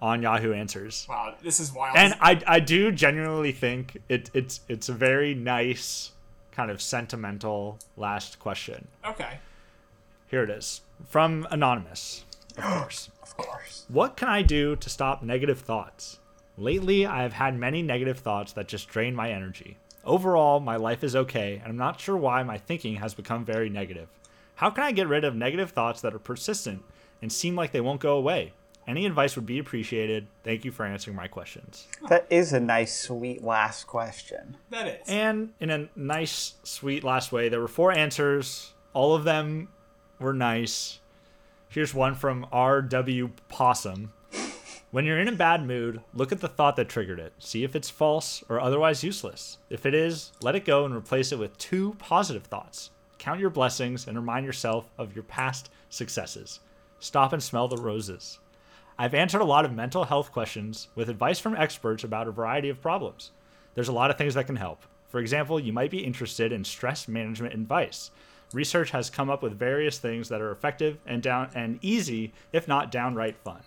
[SPEAKER 1] on Yahoo Answers.
[SPEAKER 2] Wow, this is wild.
[SPEAKER 1] And I, I do genuinely think it, it's, it's a very nice, kind of sentimental last question.
[SPEAKER 2] okay.
[SPEAKER 1] Here it is from Anonymous, of course.
[SPEAKER 2] Of course.
[SPEAKER 1] What can I do to stop negative thoughts? Lately, I have had many negative thoughts that just drain my energy. Overall, my life is okay, and I'm not sure why my thinking has become very negative. How can I get rid of negative thoughts that are persistent and seem like they won't go away? Any advice would be appreciated. Thank you for answering my questions.
[SPEAKER 3] that is a nice sweet last question.
[SPEAKER 2] That is.
[SPEAKER 1] And in a nice, sweet last way, there were four answers. All of them were nice. Here's one from R.W. Possum. When you're in a bad mood, look at the thought that triggered it. See if it's false or otherwise useless. If it is, let it go and replace it with two positive thoughts. Count your blessings and remind yourself of your past successes. Stop and smell the roses. I've answered a lot of mental health questions with advice from experts about a variety of problems. There's a lot of things that can help. For example, you might be interested in stress management advice. Research has come up with various things that are effective and down and easy, if not downright fun.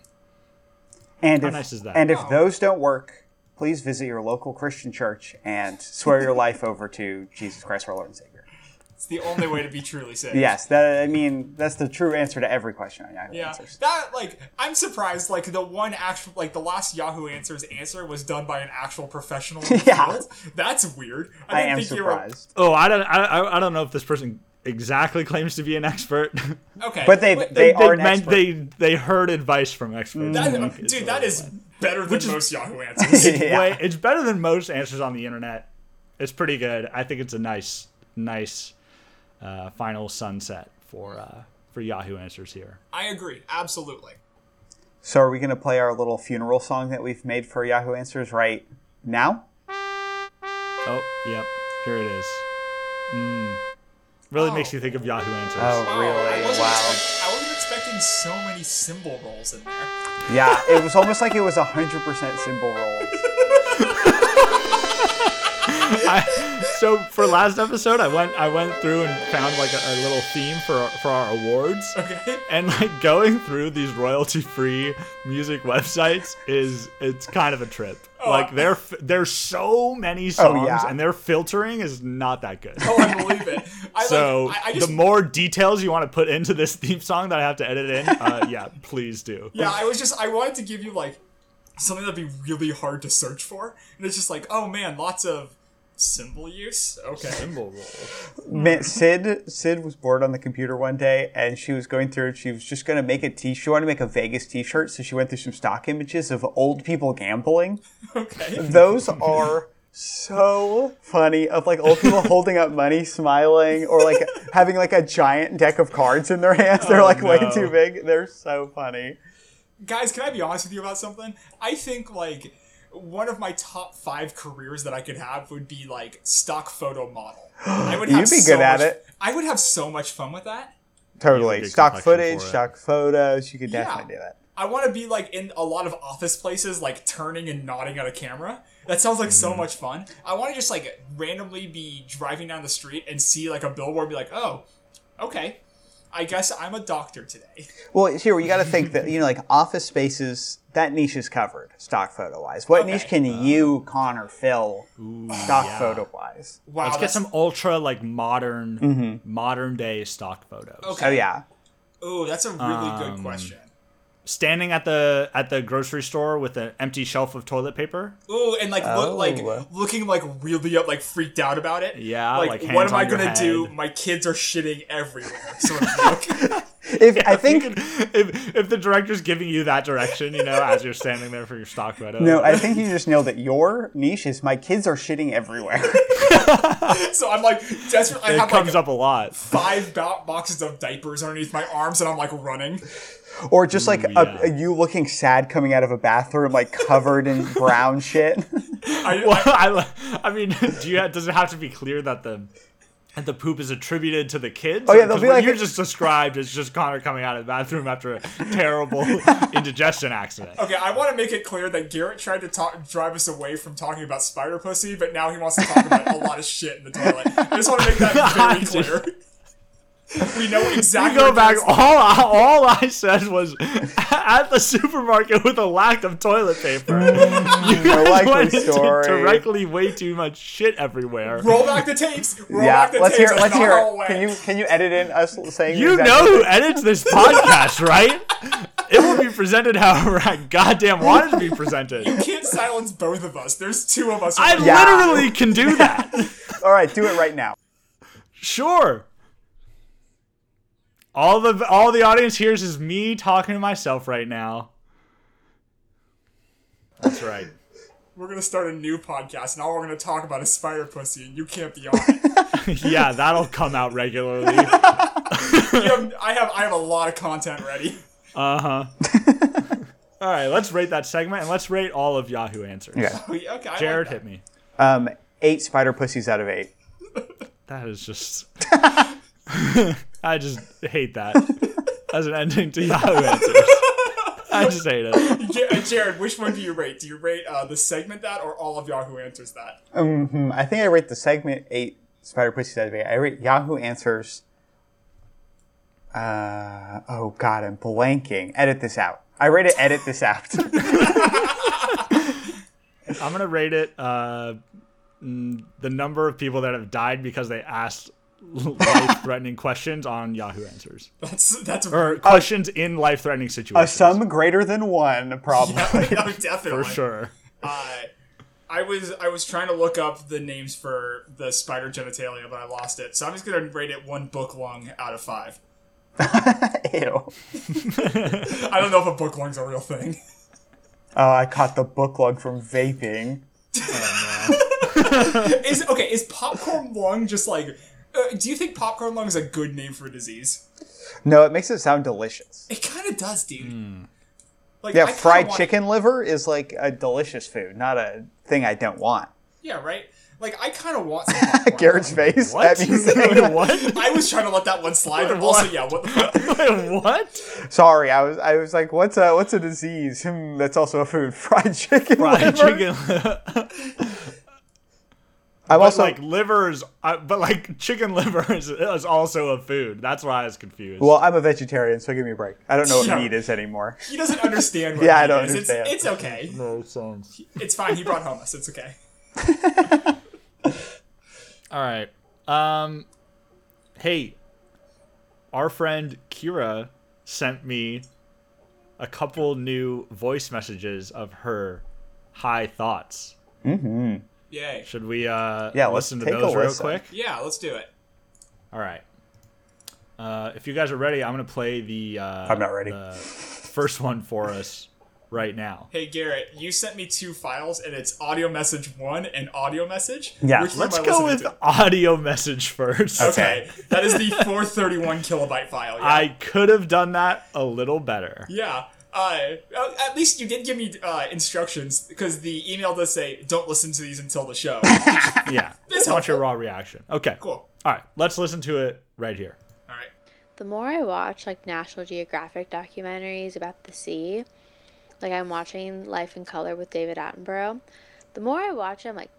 [SPEAKER 3] And
[SPEAKER 1] How
[SPEAKER 3] if,
[SPEAKER 1] nice is that?
[SPEAKER 3] And
[SPEAKER 2] Oh.
[SPEAKER 3] if those don't work, please visit your local Christian church and swear your life over to Jesus Christ, our Lord and Savior.
[SPEAKER 2] It's the only way to be truly saved.
[SPEAKER 3] Yes, that I mean that's the true answer to every question on Yahoo
[SPEAKER 2] Yeah,
[SPEAKER 3] Answers.
[SPEAKER 2] that like I'm surprised. Like the one actual, like the last Yahoo Answers answer was done by an actual professional. In the
[SPEAKER 3] Yeah.
[SPEAKER 2] field. that's weird.
[SPEAKER 3] I
[SPEAKER 2] didn't
[SPEAKER 3] am
[SPEAKER 2] think
[SPEAKER 3] surprised,
[SPEAKER 1] Oh, I don't, I, I- I don't know if this person exactly claims to be an expert.
[SPEAKER 2] You were, okay,
[SPEAKER 3] but they they,
[SPEAKER 2] wait,
[SPEAKER 3] are an
[SPEAKER 1] meant-
[SPEAKER 3] expert.
[SPEAKER 1] they they heard advice from experts.
[SPEAKER 2] that-
[SPEAKER 1] I think is
[SPEAKER 2] dude,
[SPEAKER 1] what
[SPEAKER 2] that
[SPEAKER 1] it
[SPEAKER 2] is
[SPEAKER 1] was.
[SPEAKER 2] better than
[SPEAKER 1] Which is-
[SPEAKER 2] most Yahoo Answers.
[SPEAKER 3] Yeah.
[SPEAKER 1] Way- it's better than most answers on the internet. It's pretty good. I think it's a nice, nice uh, final sunset for uh, for Yahoo Answers here.
[SPEAKER 2] I agree, absolutely.
[SPEAKER 3] So are we going to play our little funeral song that we've made for Yahoo Answers right now?
[SPEAKER 1] Oh, yep, here it is. Mm. Really
[SPEAKER 2] Oh.
[SPEAKER 1] makes you think of Yahoo Answers.
[SPEAKER 3] Oh, really?
[SPEAKER 2] I wasn't,
[SPEAKER 3] Wow.
[SPEAKER 2] expect- I wasn't expecting so many symbol rolls in there.
[SPEAKER 3] Yeah, it was almost like it was hundred percent cymbal rolls.
[SPEAKER 1] I, so for last episode, I went I went through and found like a, a little theme for for our awards.
[SPEAKER 2] Okay.
[SPEAKER 1] And like going through these royalty free music websites is it's kind of a trip.
[SPEAKER 2] Oh,
[SPEAKER 1] Like there f- there's so many songs
[SPEAKER 3] Oh, yeah.
[SPEAKER 1] and their filtering is not that good.
[SPEAKER 2] Oh, I believe it. I,
[SPEAKER 1] So
[SPEAKER 2] like, I, I just
[SPEAKER 1] the more details you want to put into this theme song that I have to edit in, uh, yeah, please do.
[SPEAKER 2] Yeah, I was just I wanted to give you like something that'd be really hard to search for, and it's just like, oh man, lots of symbol use. Okay.
[SPEAKER 1] Symbol roll.
[SPEAKER 3] Man, Sid Sid was bored on the computer one day, and she was going through. She was just going to make a t. She wanted to make a Vegas T-shirt, so she went through some stock images of old people gambling.
[SPEAKER 2] Okay.
[SPEAKER 3] Those are so funny. Of like old people holding up money, smiling, or like having like a giant deck of cards in their hands. They're like way
[SPEAKER 1] no.
[SPEAKER 3] too big. They're so funny.
[SPEAKER 2] Guys, can I be honest with you about something? I think like one of my top five careers that I could have would be like stock photo model. I would have
[SPEAKER 3] You'd be
[SPEAKER 2] so
[SPEAKER 3] good at
[SPEAKER 2] much-
[SPEAKER 3] it.
[SPEAKER 2] I would have so much fun with that.
[SPEAKER 3] Totally.
[SPEAKER 1] good
[SPEAKER 3] Stock
[SPEAKER 1] complexion
[SPEAKER 3] footage,
[SPEAKER 1] for it.
[SPEAKER 3] stock photos. You could
[SPEAKER 2] Yeah.
[SPEAKER 3] definitely do that.
[SPEAKER 2] I want to be like in a lot of office places, like turning and nodding at a camera. That sounds like
[SPEAKER 3] Mm.
[SPEAKER 2] so much fun. I want to just like randomly be driving down the street and see like a billboard, and be like, oh, okay, I guess I'm a doctor today.
[SPEAKER 3] Well, here you got to think that you know, like office spaces, that niche is covered stock photo wise. What
[SPEAKER 2] Okay.
[SPEAKER 3] niche can
[SPEAKER 1] Uh,
[SPEAKER 3] you, Connor, fill stock photo wise?
[SPEAKER 2] Wow,
[SPEAKER 1] Let's get
[SPEAKER 2] that's-
[SPEAKER 1] some ultra like modern
[SPEAKER 3] Mm-hmm.
[SPEAKER 1] modern day stock photos.
[SPEAKER 2] Okay.
[SPEAKER 3] Oh yeah,
[SPEAKER 2] Ooh, that's a really good
[SPEAKER 1] um,
[SPEAKER 2] question.
[SPEAKER 1] standing at the at the grocery store with an empty shelf of toilet paper.
[SPEAKER 2] Ooh, and like look,
[SPEAKER 3] Oh.
[SPEAKER 2] like looking like really up, like freaked out about it.
[SPEAKER 1] Yeah,
[SPEAKER 2] like,
[SPEAKER 1] like,
[SPEAKER 2] what
[SPEAKER 1] hands
[SPEAKER 2] am I
[SPEAKER 1] on your
[SPEAKER 2] gonna do?
[SPEAKER 1] head.
[SPEAKER 2] My kids are shitting everywhere. Sort of look.
[SPEAKER 3] If I think
[SPEAKER 1] if, if the director's giving you that direction, you know, as you're standing there for your stock photo.
[SPEAKER 3] no, I think you just nailed it. Your niche is my kids are shitting everywhere.
[SPEAKER 2] so I'm like desperate. I
[SPEAKER 1] it
[SPEAKER 2] have like
[SPEAKER 1] comes up a lot.
[SPEAKER 2] five bo- boxes of diapers underneath my arms, and I'm like running.
[SPEAKER 3] or just like
[SPEAKER 1] yeah.
[SPEAKER 3] a, you looking sad coming out of a bathroom, like covered in brown shit.
[SPEAKER 2] I,
[SPEAKER 1] Well, I, I mean, do you does it have to be clear that the that the poop is attributed to the kids? Oh
[SPEAKER 3] yeah, they'll be like-
[SPEAKER 1] you're just described as just Connor coming out of the bathroom after a terrible indigestion accident.
[SPEAKER 2] Okay, I want to make it clear that Garrett tried to talk, drive us away from talking about spider pussy, but now he wants to talk about a lot of shit in the toilet. I just want to make that
[SPEAKER 1] I
[SPEAKER 2] very
[SPEAKER 1] just-
[SPEAKER 2] clear. we know exactly.
[SPEAKER 1] You go
[SPEAKER 2] what
[SPEAKER 1] back.
[SPEAKER 2] Garrett's-
[SPEAKER 1] All I, all I said was at the supermarket with a lack of toilet paper. You guys
[SPEAKER 3] likely
[SPEAKER 1] went into
[SPEAKER 3] story.
[SPEAKER 1] directly way too much shit everywhere.
[SPEAKER 2] Roll back the tapes. Roll
[SPEAKER 3] yeah,
[SPEAKER 2] back the
[SPEAKER 3] let's
[SPEAKER 2] tapes.
[SPEAKER 3] hear.
[SPEAKER 2] That's
[SPEAKER 3] Let's
[SPEAKER 2] not
[SPEAKER 3] hear.
[SPEAKER 2] how
[SPEAKER 3] It.
[SPEAKER 2] went.
[SPEAKER 3] Can you can you edit in us saying
[SPEAKER 1] You
[SPEAKER 3] exactly-
[SPEAKER 1] know who edits this podcast, right? It will be presented however I goddamn want it to be presented.
[SPEAKER 2] You can't silence both of us. There's two of us.
[SPEAKER 1] I
[SPEAKER 2] right
[SPEAKER 3] Yeah.
[SPEAKER 1] literally can do that.
[SPEAKER 3] All right, do it right now.
[SPEAKER 1] sure. All the all the audience hears is me talking to myself right now. That's right.
[SPEAKER 2] We're gonna start a new podcast, and all we're gonna talk about is spider pussy, and you can't be on it.
[SPEAKER 1] yeah, that'll come out regularly.
[SPEAKER 2] You have, I have, I have a lot of content ready.
[SPEAKER 1] Uh huh. all right, let's rate that segment and let's rate all of Yahoo answers.
[SPEAKER 3] Okay.
[SPEAKER 2] Okay, I like
[SPEAKER 1] Jared
[SPEAKER 2] that.
[SPEAKER 1] hit me.
[SPEAKER 3] Um, eight spider pussies out of eight.
[SPEAKER 1] That is just. I just hate that as an ending to Yahoo answers. I just hate it.
[SPEAKER 2] Ja- Jared, which one do you rate? Do you rate uh, the segment that, or all of Yahoo Answers that?
[SPEAKER 3] hmm I think I rate the segment eight spider pussies out of eight. I rate Yahoo Answers. Uh, oh God, I'm blanking. Edit this out. I rate it. Edit this out.
[SPEAKER 1] I'm gonna rate it uh, mm, the number of people that have died because they asked life-threatening questions on Yahoo Answers
[SPEAKER 2] That's that's
[SPEAKER 1] or questions in life-threatening
[SPEAKER 3] A
[SPEAKER 1] situations.
[SPEAKER 3] sum greater than one, probably.
[SPEAKER 2] yeah, no, definitely.
[SPEAKER 1] for sure.
[SPEAKER 2] Uh, I was I was trying to look up the names for the spider genitalia, but I lost it. So I'm just gonna rate it one book lung out of five.
[SPEAKER 3] Ew.
[SPEAKER 2] I don't know if a book lung's a real thing.
[SPEAKER 3] Oh, I caught the book lug from vaping.
[SPEAKER 2] Is okay? Is popcorn lung just like? Uh, do you think popcorn lung is a good name for a disease?
[SPEAKER 3] No, it makes it sound delicious.
[SPEAKER 2] It kind of does, dude. Like
[SPEAKER 3] Hmm. Yeah,
[SPEAKER 2] I kinda
[SPEAKER 3] fried
[SPEAKER 2] want-
[SPEAKER 3] chicken liver is like a delicious food, not a thing I don't want.
[SPEAKER 2] Yeah, right. Like I kind of want some popcorn.
[SPEAKER 3] Garrett's face.
[SPEAKER 1] What?
[SPEAKER 3] That means saying,
[SPEAKER 1] Wait, what?
[SPEAKER 2] I was trying to let that one slide, but also, yeah, what the fuck?
[SPEAKER 1] Wait, what?
[SPEAKER 3] sorry, I was I was like, what's a what's a disease? Hmm, that's also a food. Fried chicken.
[SPEAKER 1] Fried
[SPEAKER 3] liver?
[SPEAKER 1] chicken.
[SPEAKER 3] I'm
[SPEAKER 1] But
[SPEAKER 3] also
[SPEAKER 1] like livers, uh, but like chicken liver is, is also a food. That's why I was confused.
[SPEAKER 3] well, I'm a vegetarian, so give me a break. I don't know what
[SPEAKER 2] Yeah.
[SPEAKER 3] meat is anymore.
[SPEAKER 2] He doesn't understand what
[SPEAKER 3] Yeah, I
[SPEAKER 2] meat
[SPEAKER 3] don't
[SPEAKER 2] is. It's-
[SPEAKER 3] understand.
[SPEAKER 2] It's, okay.
[SPEAKER 1] no sense.
[SPEAKER 2] It's fine. He brought hummus. It's okay.
[SPEAKER 1] All right. Um, hey, our friend Kira sent me a couple new voice messages of her high thoughts.
[SPEAKER 2] Yay.
[SPEAKER 1] Should we uh
[SPEAKER 3] Yeah, let's
[SPEAKER 1] listen to
[SPEAKER 3] take a
[SPEAKER 1] those real
[SPEAKER 3] listen.
[SPEAKER 1] quick?
[SPEAKER 2] Yeah, let's do it.
[SPEAKER 1] All right. Uh, if you guys are ready, I'm gonna play the. Uh,
[SPEAKER 3] I'm not ready.
[SPEAKER 1] The first one for us right now.
[SPEAKER 2] Hey Garrett, you sent me two files, and it's audio message one and audio message.
[SPEAKER 3] Yeah,
[SPEAKER 2] Which one
[SPEAKER 1] Let's
[SPEAKER 2] am I
[SPEAKER 1] go with
[SPEAKER 2] listening to?
[SPEAKER 1] audio message first.
[SPEAKER 2] Okay, that is the 431 kilobyte file. Yeah.
[SPEAKER 1] I could have done that a little better.
[SPEAKER 2] yeah. Uh, uh, at least you did give me uh, instructions because the email does say don't listen to these until the show.
[SPEAKER 1] Yeah. Watch
[SPEAKER 2] That's helpful.
[SPEAKER 1] your raw reaction. Okay.
[SPEAKER 2] cool.
[SPEAKER 1] All right, let's listen to it right here.
[SPEAKER 2] All right.
[SPEAKER 4] the more I watch like National Geographic documentaries about the sea, like I'm watching Life in Color with David Attenborough, the more I watch, I'm like,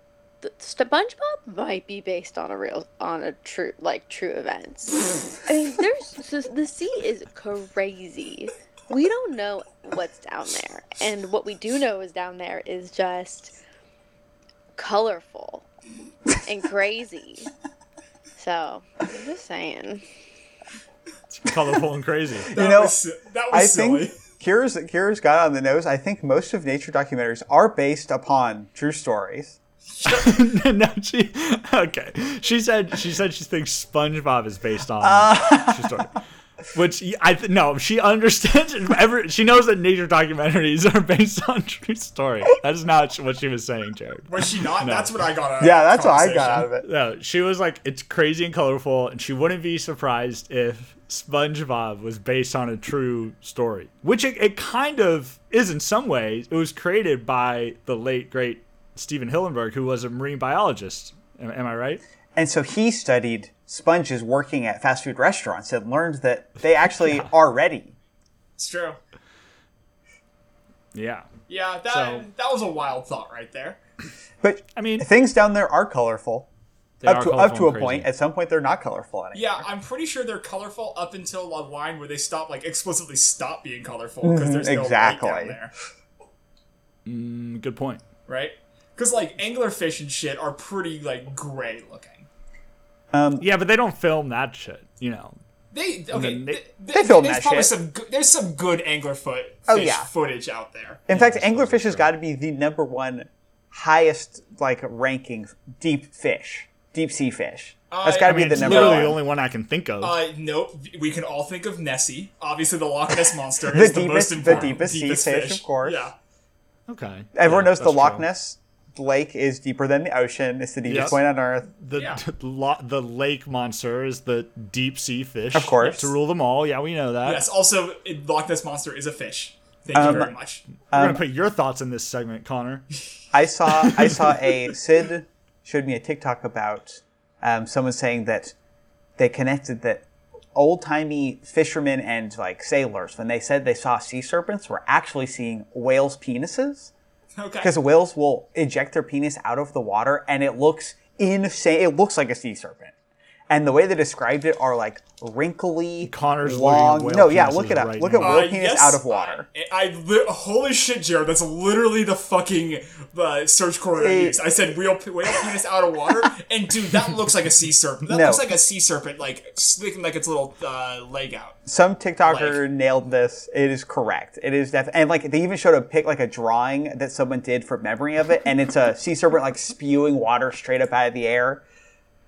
[SPEAKER 4] the St- SpongeBob might be based on a real, on a true, like true events. I mean, there's so the sea is crazy. We don't know what's down there, and what we do know is down there is just colorful and crazy. So, I'm just saying.
[SPEAKER 1] It's colorful and crazy.
[SPEAKER 2] That
[SPEAKER 3] know,
[SPEAKER 2] was, si- that was
[SPEAKER 3] I
[SPEAKER 2] silly.
[SPEAKER 3] think Kira's Kira's got it on the nose. I think most of nature documentaries are based upon true stories.
[SPEAKER 1] no, she
[SPEAKER 2] Uh.
[SPEAKER 1] okay. She said she said she thinks SpongeBob is based on true story. Which y- I th- no, she understands. Every she knows that nature documentaries are based on true story. That is not what she was saying, Jared.
[SPEAKER 2] Was she not? That's what I got out of
[SPEAKER 3] Yeah,
[SPEAKER 2] that
[SPEAKER 3] that's what I got
[SPEAKER 2] conversation.
[SPEAKER 3] out of it.
[SPEAKER 1] No, she was like, it's crazy and colorful, and she wouldn't be surprised if SpongeBob was based on a true story, which it, it kind of is in some ways. It was created by the late great Stephen Hillenberg, who was a marine biologist. Am, am I right?
[SPEAKER 3] And so he studied sponges working at fast food restaurants and learned that they actually are ready.
[SPEAKER 2] It's true.
[SPEAKER 1] Yeah.
[SPEAKER 2] Yeah, that
[SPEAKER 1] So-
[SPEAKER 2] that was a wild thought right there.
[SPEAKER 3] But
[SPEAKER 1] I mean,
[SPEAKER 3] things down there are colorful.
[SPEAKER 1] they
[SPEAKER 3] up
[SPEAKER 1] are
[SPEAKER 3] to up
[SPEAKER 1] colorful
[SPEAKER 3] to a
[SPEAKER 1] and crazy.
[SPEAKER 3] point. At some point, they're not colorful anymore.
[SPEAKER 2] Yeah, I'm pretty sure they're colorful up until a line where they stop, like explicitly stop being colorful because there's no
[SPEAKER 3] Mm-hmm, exactly.
[SPEAKER 2] light down there,
[SPEAKER 1] Mm, good point.
[SPEAKER 2] right? Because like anglerfish and shit are pretty like gray looking.
[SPEAKER 3] Um,
[SPEAKER 1] Yeah, but they don't film that shit. You know,
[SPEAKER 2] They okay.
[SPEAKER 1] then they-
[SPEAKER 2] th- th-
[SPEAKER 3] They film
[SPEAKER 2] there's
[SPEAKER 3] that
[SPEAKER 2] probably
[SPEAKER 3] shit.
[SPEAKER 2] some good, there's some good anglerfoot
[SPEAKER 3] Oh,
[SPEAKER 2] fish
[SPEAKER 3] yeah.
[SPEAKER 2] footage out there.
[SPEAKER 3] in fact,
[SPEAKER 1] that's totally
[SPEAKER 3] anglerfish has
[SPEAKER 1] true.
[SPEAKER 3] got to be the number one highest like ranking deep fish, deep sea fish. That's
[SPEAKER 2] I- I
[SPEAKER 3] got to
[SPEAKER 1] I
[SPEAKER 3] be
[SPEAKER 1] mean,
[SPEAKER 3] the
[SPEAKER 1] it's
[SPEAKER 3] number
[SPEAKER 1] literally the
[SPEAKER 3] one.
[SPEAKER 1] only one I can think of.
[SPEAKER 2] Uh, nope. We can all think of Nessie. Obviously, the Loch Ness monster
[SPEAKER 3] The
[SPEAKER 2] is the
[SPEAKER 3] deepest-
[SPEAKER 2] most
[SPEAKER 3] the
[SPEAKER 2] important,
[SPEAKER 3] deepest sea fish, of course.
[SPEAKER 2] Yeah,
[SPEAKER 1] okay.
[SPEAKER 3] Everyone
[SPEAKER 1] Yeah,
[SPEAKER 3] knows the
[SPEAKER 1] that's
[SPEAKER 3] Loch
[SPEAKER 1] true.
[SPEAKER 3] Ness lake is deeper than the ocean. It's the deepest
[SPEAKER 1] Yes.
[SPEAKER 3] point on Earth.
[SPEAKER 1] The
[SPEAKER 2] Yeah.
[SPEAKER 1] lo- the lake monster is the deep sea fish.
[SPEAKER 3] Of course.
[SPEAKER 1] to rule them all. Yeah, we know that.
[SPEAKER 2] Yes. Also, it- Loch Ness monster is a fish. Thank
[SPEAKER 3] Um,
[SPEAKER 2] you very much.
[SPEAKER 1] We're gonna put your thoughts in this segment, Connor.
[SPEAKER 3] I saw I saw a Sid showed me a TikTok about um, someone saying that they connected that old timey fishermen and like sailors when they said they saw sea serpents were actually seeing whales' penises
[SPEAKER 2] Okay.
[SPEAKER 3] because whales will eject their penis out of the water and it looks insane. It looks like a sea serpent. And the way they described it are like wrinkly,
[SPEAKER 1] Connor's looking at
[SPEAKER 3] long.
[SPEAKER 1] whale
[SPEAKER 3] No, yeah,
[SPEAKER 1] penises
[SPEAKER 3] look it up.
[SPEAKER 1] right
[SPEAKER 3] look
[SPEAKER 1] now.
[SPEAKER 3] at whale penis out of water.
[SPEAKER 2] I, Uh, I li- holy shit, Jared. That's literally the fucking uh, search quote I
[SPEAKER 3] Hey.
[SPEAKER 2] used. I said whale, pe- whale penis out of water, and dude, that looks like a sea serpent. That
[SPEAKER 3] No.
[SPEAKER 2] looks like a sea serpent, like sticking like its little uh, leg out.
[SPEAKER 3] Some TikToker
[SPEAKER 2] Like-
[SPEAKER 3] nailed this. It is correct. It is def- and like they even showed a pic, like a drawing that someone did for memory of it, and it's a sea serpent like spewing water straight up out of the air.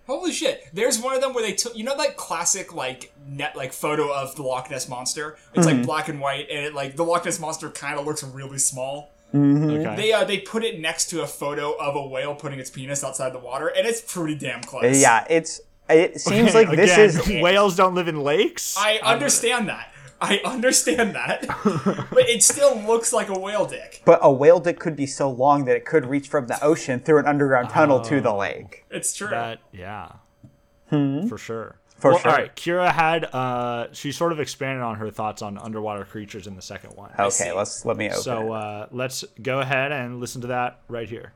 [SPEAKER 2] Holy shit! There's one of them where they took you know that classic like net like photo of the Loch Ness monster. It's like black and white, and it like the Loch Ness monster kind of looks really small.
[SPEAKER 3] Mhm.
[SPEAKER 1] Okay.
[SPEAKER 2] They uh, they put it next to a photo of a whale putting its penis outside the water, and it's pretty damn close.
[SPEAKER 3] Uh, Yeah, it's it seems like this
[SPEAKER 1] Again,
[SPEAKER 3] is it.
[SPEAKER 1] whales don't live in lakes.
[SPEAKER 2] I understand that. I understand that, but it still looks like a whale dick.
[SPEAKER 3] But a whale dick could be so long that it could reach from the ocean through an underground tunnel to the lake.
[SPEAKER 2] It's true.
[SPEAKER 1] That yeah. For sure.
[SPEAKER 3] Hmm. For
[SPEAKER 1] Well,
[SPEAKER 3] sure.
[SPEAKER 1] All right. Kira had uh, she sort of expanded on her thoughts on underwater creatures in the second one.
[SPEAKER 3] Okay, let's let me open.
[SPEAKER 1] So
[SPEAKER 3] it.
[SPEAKER 1] uh, let's go ahead and listen to that right here.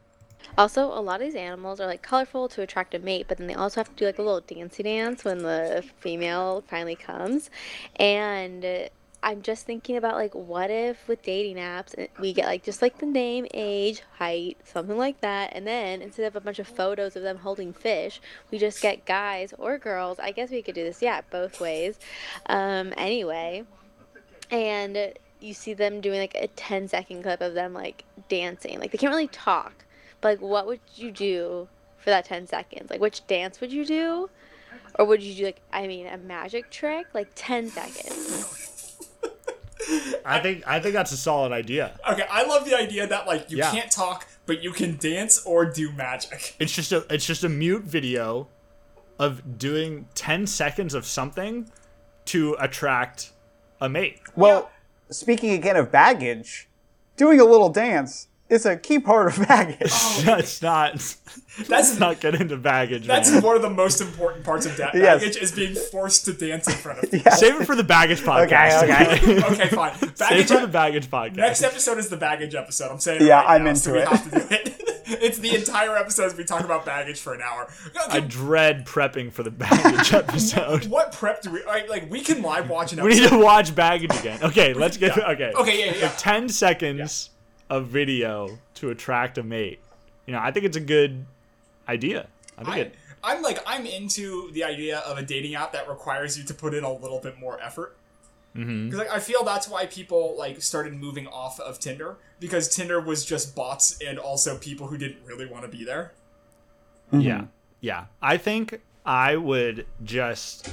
[SPEAKER 4] Also, a lot of these animals are like colorful to attract a mate, but then they also have to do like a little dancey dance when the female finally comes. And uh, I'm just thinking about like, what if with dating apps uh, we get like just like the name, age, height, something like that, and then instead of a bunch of photos of them holding fish, we just get guys or girls. I guess we could do this, yeah, both ways. Um, anyway, and you see them doing like a 10 second clip of them like dancing like they can't really talk but like what would you do for that 10 seconds like which dance would you do or would you do like i mean a magic trick like 10 seconds
[SPEAKER 1] I think I think that's a solid idea.
[SPEAKER 2] Okay, I love the idea that like you
[SPEAKER 1] Yeah.
[SPEAKER 2] can't talk, but you can dance or do magic.
[SPEAKER 1] It's just a it's just a mute video of doing 10 seconds of something to attract a mate.
[SPEAKER 3] well, speaking again of baggage, doing a little dance is a key part of baggage.
[SPEAKER 2] Oh.
[SPEAKER 1] That's not
[SPEAKER 2] That's
[SPEAKER 1] let's not get into baggage.
[SPEAKER 2] that's
[SPEAKER 1] man.
[SPEAKER 2] one of the most important parts of that
[SPEAKER 3] Yes.
[SPEAKER 2] baggage is being forced to dance in front of. people.
[SPEAKER 3] Yeah.
[SPEAKER 1] Save it for the baggage podcast.
[SPEAKER 3] okay.
[SPEAKER 2] okay, fine.
[SPEAKER 1] Save it
[SPEAKER 2] Baggage. e-,
[SPEAKER 1] for the baggage podcast.
[SPEAKER 2] Next episode is the baggage episode. I'm saying. it
[SPEAKER 3] Yeah,
[SPEAKER 2] right
[SPEAKER 3] I'm
[SPEAKER 2] now, so
[SPEAKER 3] into
[SPEAKER 2] we
[SPEAKER 3] it.
[SPEAKER 2] Have to do it. it's the entire episode. is We talk about baggage for an hour. Okay,
[SPEAKER 1] I dread prepping for the baggage episode.
[SPEAKER 2] what prep do we? All right, like we can live watch an
[SPEAKER 1] We need
[SPEAKER 2] episode.
[SPEAKER 1] to watch baggage again. Okay, let's get
[SPEAKER 2] Yeah.
[SPEAKER 1] okay.
[SPEAKER 2] Okay, yeah, yeah, yeah.
[SPEAKER 1] 10 seconds of video to attract a mate. You know, I think it's a good idea. I think
[SPEAKER 2] I,
[SPEAKER 1] it
[SPEAKER 2] I'm like I'm into the idea of a dating app that requires you to put in a little bit more effort. Because
[SPEAKER 3] Mm-hmm.
[SPEAKER 2] like I feel that's why people like started moving off of Tinder because Tinder was just bots and also people who didn't really want to be there.
[SPEAKER 3] Hmm.
[SPEAKER 1] Yeah. Yeah. I think I would just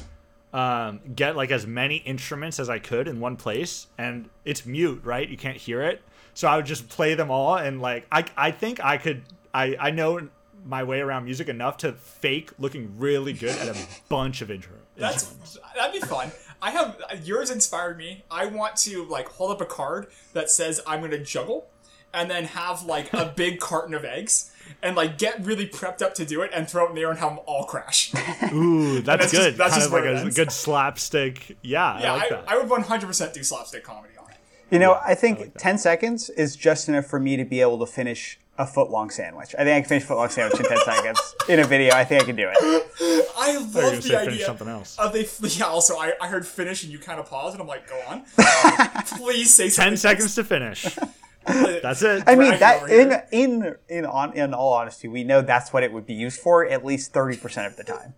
[SPEAKER 1] um, get like as many instruments as I could in one place, and it's mute, right? You can't hear it. So I would just play them all, and like I, I think I could, I, I know my way around music enough to fake looking really good at a bunch of intro.
[SPEAKER 2] That's that'd be fun. I have yours inspired me. I want to like hold up a card that says I'm gonna juggle, and then have like a big carton of eggs, and like get really prepped up to do it, and throw it in the air and have them all crash.
[SPEAKER 1] Ooh, that's,
[SPEAKER 2] That's just-
[SPEAKER 1] good.
[SPEAKER 2] that's
[SPEAKER 1] kind
[SPEAKER 2] just
[SPEAKER 1] of like
[SPEAKER 2] where it
[SPEAKER 1] a
[SPEAKER 2] ends.
[SPEAKER 1] good slapstick. Yeah,
[SPEAKER 2] yeah,
[SPEAKER 1] I like
[SPEAKER 2] I,
[SPEAKER 1] that.
[SPEAKER 2] I, would 100% do slapstick comedy on it.
[SPEAKER 3] You know, I think 10 seconds is just enough for me to be able to finish a foot long sandwich. I think I can finish a foot long sandwich in 10 seconds in a video. I think I can do it.
[SPEAKER 2] I
[SPEAKER 1] I was
[SPEAKER 2] love the
[SPEAKER 1] gonna say finish
[SPEAKER 2] idea
[SPEAKER 1] something else.
[SPEAKER 2] of they. Yeah, also I, I heard finish and you kind of paused, and I'm like, go on. Um, Please say something.
[SPEAKER 1] Ten seconds to finish. That's it.
[SPEAKER 3] I mean,
[SPEAKER 2] Right
[SPEAKER 3] that
[SPEAKER 2] over
[SPEAKER 3] in
[SPEAKER 2] here.
[SPEAKER 3] in in on in all honesty, we know that's what it would be used for at least 30% of the time.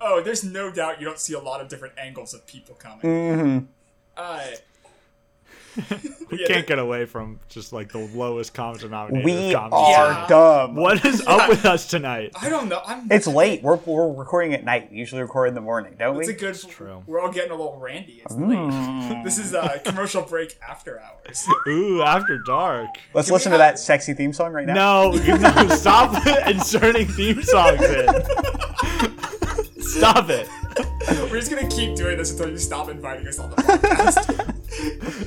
[SPEAKER 2] Oh, there's no doubt you don't see a lot of different angles of people coming. Uh,
[SPEAKER 1] we can't get away from just like the lowest common denominator.
[SPEAKER 3] We
[SPEAKER 1] of comedy.
[SPEAKER 3] are
[SPEAKER 2] Yeah.
[SPEAKER 3] dumb.
[SPEAKER 1] What is up with us tonight?
[SPEAKER 2] I don't know. I'm.
[SPEAKER 3] It's late. We're, we're recording at night. We usually record in the morning, don't
[SPEAKER 2] It's a
[SPEAKER 3] we?
[SPEAKER 2] good.
[SPEAKER 1] true.
[SPEAKER 2] We're all getting a little randy. It's
[SPEAKER 3] Mm.
[SPEAKER 2] late. this is a commercial break after hours.
[SPEAKER 1] Ooh, after dark.
[SPEAKER 3] Let's
[SPEAKER 2] Do we
[SPEAKER 3] listen to
[SPEAKER 2] have-
[SPEAKER 3] that sexy theme song right
[SPEAKER 1] No,
[SPEAKER 3] now.
[SPEAKER 1] no, stop inserting theme songs in. Stop it.
[SPEAKER 2] We're just gonna keep doing this until you stop inviting us on the podcast.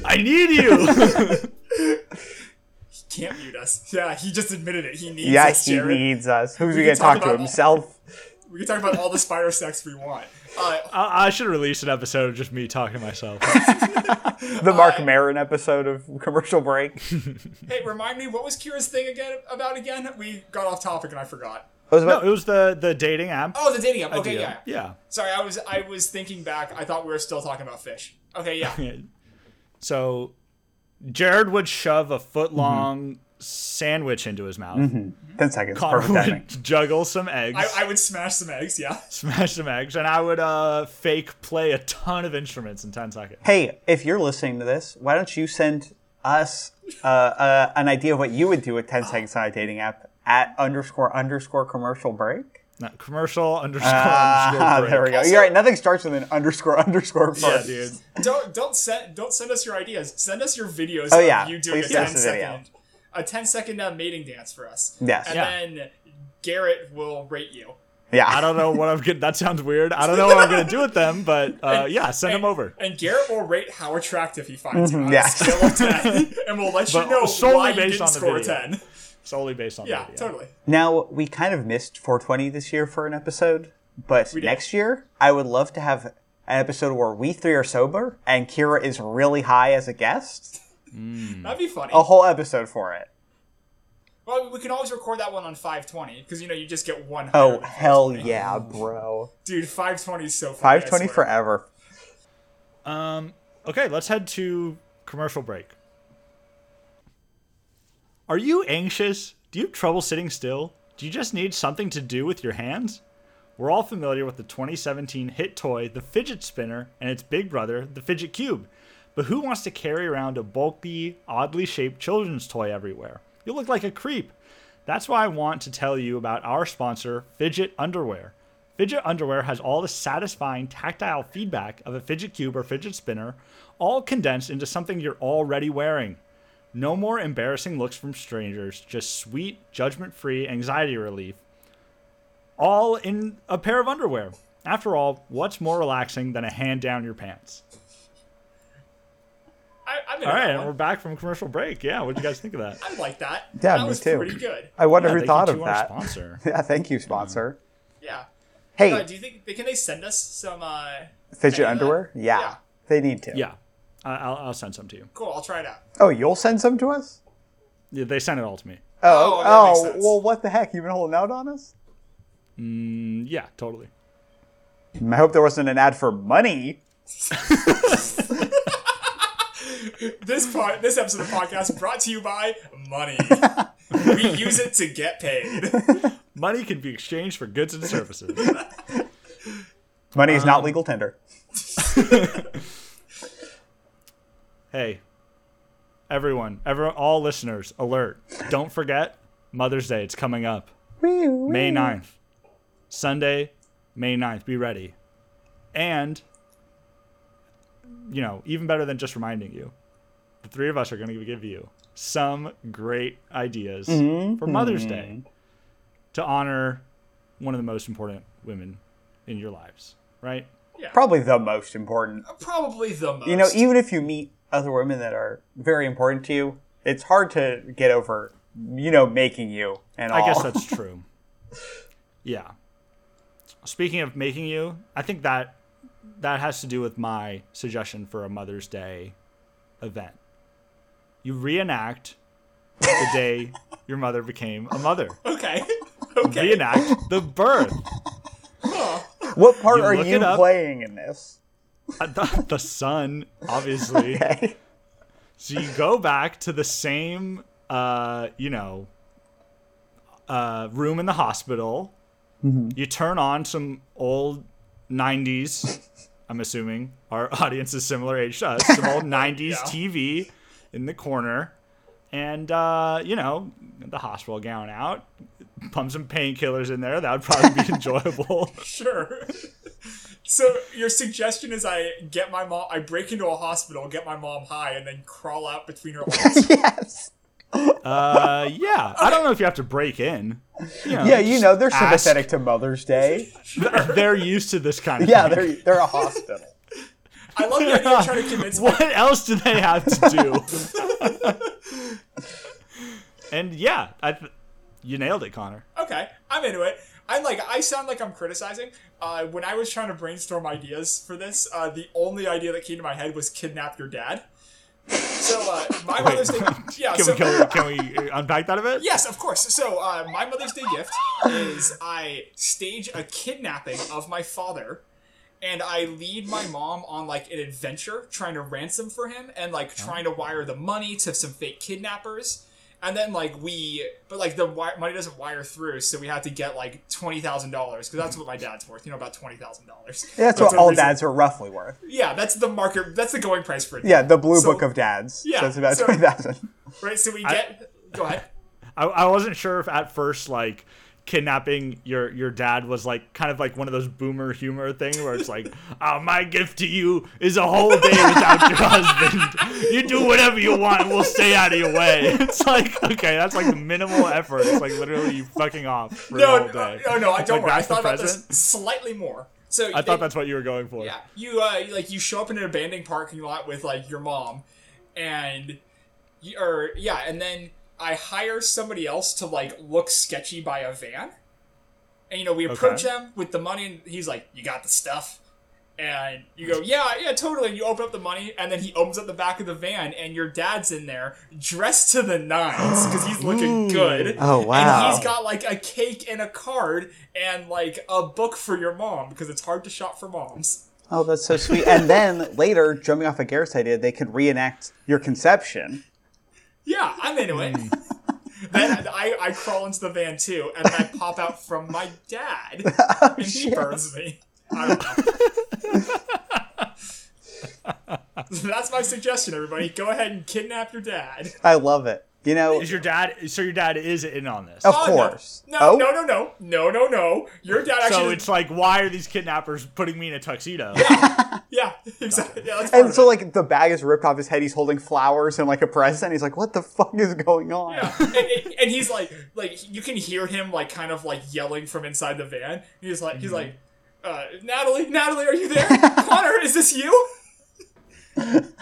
[SPEAKER 1] I need you.
[SPEAKER 2] he can't mute us. Yeah, he just admitted it. He needs
[SPEAKER 3] Yeah,
[SPEAKER 2] us,
[SPEAKER 3] he
[SPEAKER 2] Jared.
[SPEAKER 3] needs us. Who's he
[SPEAKER 2] can
[SPEAKER 3] going to talk
[SPEAKER 2] talk
[SPEAKER 3] to
[SPEAKER 2] about-
[SPEAKER 3] himself?
[SPEAKER 2] We can talk about all the spider sex we want. Uh,
[SPEAKER 1] I, I should release an episode of just me talking to myself.
[SPEAKER 3] The Mark Maron episode of Commercial Break. It
[SPEAKER 2] hey, remind me what was Kira's thing again about again? We got off topic and I forgot.
[SPEAKER 3] was
[SPEAKER 1] No,
[SPEAKER 3] about,
[SPEAKER 1] it was the the dating app.
[SPEAKER 2] Oh, the dating app. Okay,
[SPEAKER 1] idea.
[SPEAKER 2] yeah. Sorry, I was I was thinking back. I thought we were still talking about fish. Okay, yeah.
[SPEAKER 1] Yeah. So Jared would shove a foot long
[SPEAKER 2] Mm-hmm.
[SPEAKER 1] sandwich into his mouth.
[SPEAKER 3] Ten seconds.
[SPEAKER 1] Connor
[SPEAKER 3] Perfect timing.
[SPEAKER 1] would juggle some eggs,
[SPEAKER 2] I, I would smash some eggs. Yeah.
[SPEAKER 1] smash some eggs, and I would uh, fake play a ton of instruments in ten seconds.
[SPEAKER 3] Hey, if you're listening to this, why don't you send us uh, uh, an idea of what you would do with ten seconds on a dating app at underscore underscore commercial break?
[SPEAKER 1] Not commercial underscore
[SPEAKER 3] Ah,
[SPEAKER 1] underscore break.
[SPEAKER 3] there we go. You're right. Nothing starts with an underscore underscore.
[SPEAKER 1] Yeah,
[SPEAKER 3] first.
[SPEAKER 1] dude.
[SPEAKER 2] Don't don't send don't send us your ideas. Send us your videos.
[SPEAKER 3] Oh,
[SPEAKER 2] of
[SPEAKER 3] yeah.
[SPEAKER 2] You doing
[SPEAKER 3] Please
[SPEAKER 2] a
[SPEAKER 3] send
[SPEAKER 2] 10
[SPEAKER 3] us a video.
[SPEAKER 2] second a 10 second uh, mating dance for us.
[SPEAKER 3] Yes.
[SPEAKER 2] And
[SPEAKER 1] Yeah.
[SPEAKER 2] then Garrett will rate you.
[SPEAKER 3] Yeah.
[SPEAKER 1] I don't know what I'm gonna. That sounds weird. I don't know what I'm gonna do with them, but uh, yeah, send them over.
[SPEAKER 2] And Garrett will rate how attractive he finds you on
[SPEAKER 3] Mm-hmm. yeah.
[SPEAKER 2] a scale of 10. and we'll let you
[SPEAKER 1] But
[SPEAKER 2] know
[SPEAKER 1] solely
[SPEAKER 2] why you
[SPEAKER 1] based
[SPEAKER 2] didn't
[SPEAKER 1] on the
[SPEAKER 2] score a
[SPEAKER 1] video.
[SPEAKER 2] 10.
[SPEAKER 1] Solely based on
[SPEAKER 2] Yeah,
[SPEAKER 1] video.
[SPEAKER 2] totally.
[SPEAKER 3] Now we kind of missed 420 this year for an episode, but
[SPEAKER 2] did.
[SPEAKER 3] next year I would love to have an episode where we three are sober and Kira is really high as a guest.
[SPEAKER 1] Mm.
[SPEAKER 2] That'd be funny.
[SPEAKER 3] A whole episode for it.
[SPEAKER 2] Well, we can always record that one on 520 because, you know, you just get one.
[SPEAKER 3] Oh
[SPEAKER 2] higher.
[SPEAKER 3] hell yeah, bro!
[SPEAKER 2] Dude, 520 is so funny. I
[SPEAKER 3] 520
[SPEAKER 2] swear.
[SPEAKER 3] forever.
[SPEAKER 1] Um. Okay, let's head to commercial break. Are you anxious? Do you have trouble sitting still? Do you just need something to do with your hands? We're all familiar with the 2017 hit toy, the fidget spinner, and its big brother, the fidget cube. But who wants to carry around a bulky, oddly shaped children's toy everywhere? You look like a creep. That's why I want to tell you about our sponsor, Fidget Underwear. Fidget Underwear has all the satisfying tactile feedback of a fidget cube or fidget spinner, all condensed into something you're already wearing. No more embarrassing looks from strangers, just sweet, judgment free anxiety relief, all in a pair of underwear. After all, what's more relaxing than a hand down your pants?
[SPEAKER 2] I, I'm in
[SPEAKER 1] All right,
[SPEAKER 2] that
[SPEAKER 1] and we're
[SPEAKER 2] one.
[SPEAKER 1] back from commercial break. Yeah, what'd you guys think of that?
[SPEAKER 2] I like that.
[SPEAKER 3] Yeah,
[SPEAKER 2] that
[SPEAKER 3] me
[SPEAKER 2] was
[SPEAKER 3] too.
[SPEAKER 2] pretty good.
[SPEAKER 3] I wonder
[SPEAKER 1] Yeah, thank
[SPEAKER 3] who
[SPEAKER 1] you
[SPEAKER 3] thought of
[SPEAKER 1] to our
[SPEAKER 3] that.
[SPEAKER 1] sponsor.
[SPEAKER 3] Yeah, thank you, sponsor.
[SPEAKER 2] Yeah.
[SPEAKER 3] Hey,
[SPEAKER 2] Uh, do you think can they send us some? Uh,
[SPEAKER 3] fidget
[SPEAKER 2] any of that?
[SPEAKER 3] underwear? Yeah,
[SPEAKER 2] Yeah.
[SPEAKER 3] they need to.
[SPEAKER 1] Yeah, I- I'll, I'll send some to you.
[SPEAKER 2] Cool. I'll try it out.
[SPEAKER 3] Oh, you'll send some to us?
[SPEAKER 1] Yeah, They sent it all to me.
[SPEAKER 3] Oh,
[SPEAKER 2] Oh, that makes
[SPEAKER 3] oh,
[SPEAKER 2] sense.
[SPEAKER 3] well, what the heck? You've been holding out on us?
[SPEAKER 1] Mm, Yeah, totally.
[SPEAKER 3] I hope there wasn't an ad for money.
[SPEAKER 2] This part, this episode of the podcast, brought to you by money. we use it to get paid.
[SPEAKER 1] Money can be exchanged for goods and services.
[SPEAKER 3] Money is
[SPEAKER 2] Um,
[SPEAKER 3] not legal tender.
[SPEAKER 1] hey, everyone, every, all listeners, alert. Don't forget Mother's Day. It's coming up May 9th. Sunday, May 9th. Be ready. And you know, even better than just reminding you, the three of us are going to give you some great ideas for Mother's Day to honor one of the most important women in your lives, right?
[SPEAKER 3] Probably the most important.
[SPEAKER 2] Probably the most.
[SPEAKER 3] You know, even if you meet other women that are very important to you, it's hard to get over, you know, making you and all.
[SPEAKER 1] I guess that's true. yeah. Speaking of making you, I think that that has to do with my suggestion for a Mother's Day event. You reenact the day your mother became a mother.
[SPEAKER 2] okay. Okay.
[SPEAKER 1] Reenact the birth.
[SPEAKER 3] what part
[SPEAKER 1] You
[SPEAKER 3] are
[SPEAKER 1] look
[SPEAKER 3] you
[SPEAKER 1] it up.
[SPEAKER 3] playing in this?
[SPEAKER 1] Uh, The, the son, obviously.
[SPEAKER 3] Okay.
[SPEAKER 1] So you go back to the same, uh, you know, uh, room in the hospital. You turn on some old 90s, I'm assuming our audience is similar age to us, some old 90s TV in the corner. And, uh, you know, the hospital gown out, pump some painkillers in there. That would probably be enjoyable.
[SPEAKER 2] Sure. So your suggestion is I get my mom, I break into a hospital, get my mom high, and then crawl out between her arms.
[SPEAKER 3] yes.
[SPEAKER 1] Uh, yeah. I don't know if you have to break in.
[SPEAKER 3] Yeah, you know, they're
[SPEAKER 1] ask-
[SPEAKER 3] sympathetic to Mother's Day.
[SPEAKER 1] They're used to this kind of
[SPEAKER 3] Yeah,
[SPEAKER 1] thing.
[SPEAKER 3] they're they're a hospital.
[SPEAKER 2] I love the idea of trying to convince my
[SPEAKER 1] what else do they have to do? and yeah, I th- you nailed it, Connor.
[SPEAKER 2] Okay, I'm into it. I'm like, I sound like I'm criticizing. Uh, when I was trying to brainstorm ideas for this, uh, the only idea that came to my head was kidnap your dad. So uh, my mother's day, yeah.
[SPEAKER 1] Can
[SPEAKER 2] Uh, so,
[SPEAKER 1] we go, can we unpack that a bit?
[SPEAKER 2] Yes, of course. So uh, my Mother's Day gift is I stage a kidnapping of my father, and I lead my mom on like an adventure trying to ransom for him and like trying to wire the money to some fake kidnappers. And then like we, but like the wi- money doesn't wire through, so we had to get like twenty thousand dollars because that's what my dad's worth. You know, about twenty thousand dollars.
[SPEAKER 3] That's what all
[SPEAKER 2] reason-
[SPEAKER 3] dads are roughly worth.
[SPEAKER 2] Yeah, that's the market. That's the going price for it.
[SPEAKER 3] Yeah, the blue
[SPEAKER 2] So-
[SPEAKER 3] book of dads.
[SPEAKER 2] Yeah,
[SPEAKER 3] Yeah, that's about
[SPEAKER 2] so-
[SPEAKER 3] twenty thousand.
[SPEAKER 2] Right. So we get. go ahead.
[SPEAKER 1] I, I wasn't sure if at first like kidnapping your your dad was like kind of like one of those boomer humor thing where it's like oh, my gift to you is a whole day without your husband you do whatever you want and we'll stay out of your way it's like okay that's like the minimal effort it's like literally you fucking off for the
[SPEAKER 2] No,
[SPEAKER 1] whole
[SPEAKER 2] no,
[SPEAKER 1] day
[SPEAKER 2] no, no. I don't
[SPEAKER 1] Like,
[SPEAKER 2] worry. I
[SPEAKER 1] that's the
[SPEAKER 2] thought about this
[SPEAKER 1] present?
[SPEAKER 2] slightly more. So
[SPEAKER 1] I thought
[SPEAKER 2] they-
[SPEAKER 1] that's what you were going for.
[SPEAKER 2] Yeah, you uh, you, like you show up in an abandoned parking lot with like your mom, and you, or yeah, and then I hire somebody else to like look sketchy by a van, and you know we approach
[SPEAKER 1] Okay.
[SPEAKER 2] him with the money, and he's like, "You got the stuff," and you go, "Yeah, yeah, totally." And you open up the money, and then he opens up the back of the van, and your dad's in there dressed to the nines because he's
[SPEAKER 1] Ooh.
[SPEAKER 2] looking good.
[SPEAKER 3] Oh, wow.
[SPEAKER 2] And he's got like a cake and a card and like a book for your mom because it's hard to shop for moms.
[SPEAKER 3] Oh, that's so sweet. And then later, jumping off of Garrett's idea, they could reenact your conception.
[SPEAKER 2] Yeah, I'm into it.
[SPEAKER 3] Mm.
[SPEAKER 2] then I, I crawl into the van too, and I pop out from my dad,
[SPEAKER 3] Oh,
[SPEAKER 2] and he burns me. I don't know. That's my suggestion, everybody. Go ahead and kidnap your dad.
[SPEAKER 3] I love it. You know,
[SPEAKER 1] Is your dad? So your dad is in on this.
[SPEAKER 3] of
[SPEAKER 2] Oh, no.
[SPEAKER 3] course.
[SPEAKER 2] No,
[SPEAKER 3] oh,
[SPEAKER 2] no, no, no, no, no, no. Your dad actually.
[SPEAKER 1] so
[SPEAKER 2] did-
[SPEAKER 1] it's like, why are these kidnappers putting me in a tuxedo?
[SPEAKER 2] yeah, exactly. Yeah, that's part
[SPEAKER 3] And
[SPEAKER 2] of
[SPEAKER 3] so,
[SPEAKER 2] it.
[SPEAKER 3] like, the bag is ripped off his head. He's holding flowers and, like, a present. He's like, what the fuck is going on?
[SPEAKER 2] Yeah, and, and, and he's like, like you can hear him like kind of like yelling from inside the van. He's like,
[SPEAKER 3] Mm-hmm.
[SPEAKER 2] he's like, uh, Natalie, Natalie, are you there? Connor, is this you?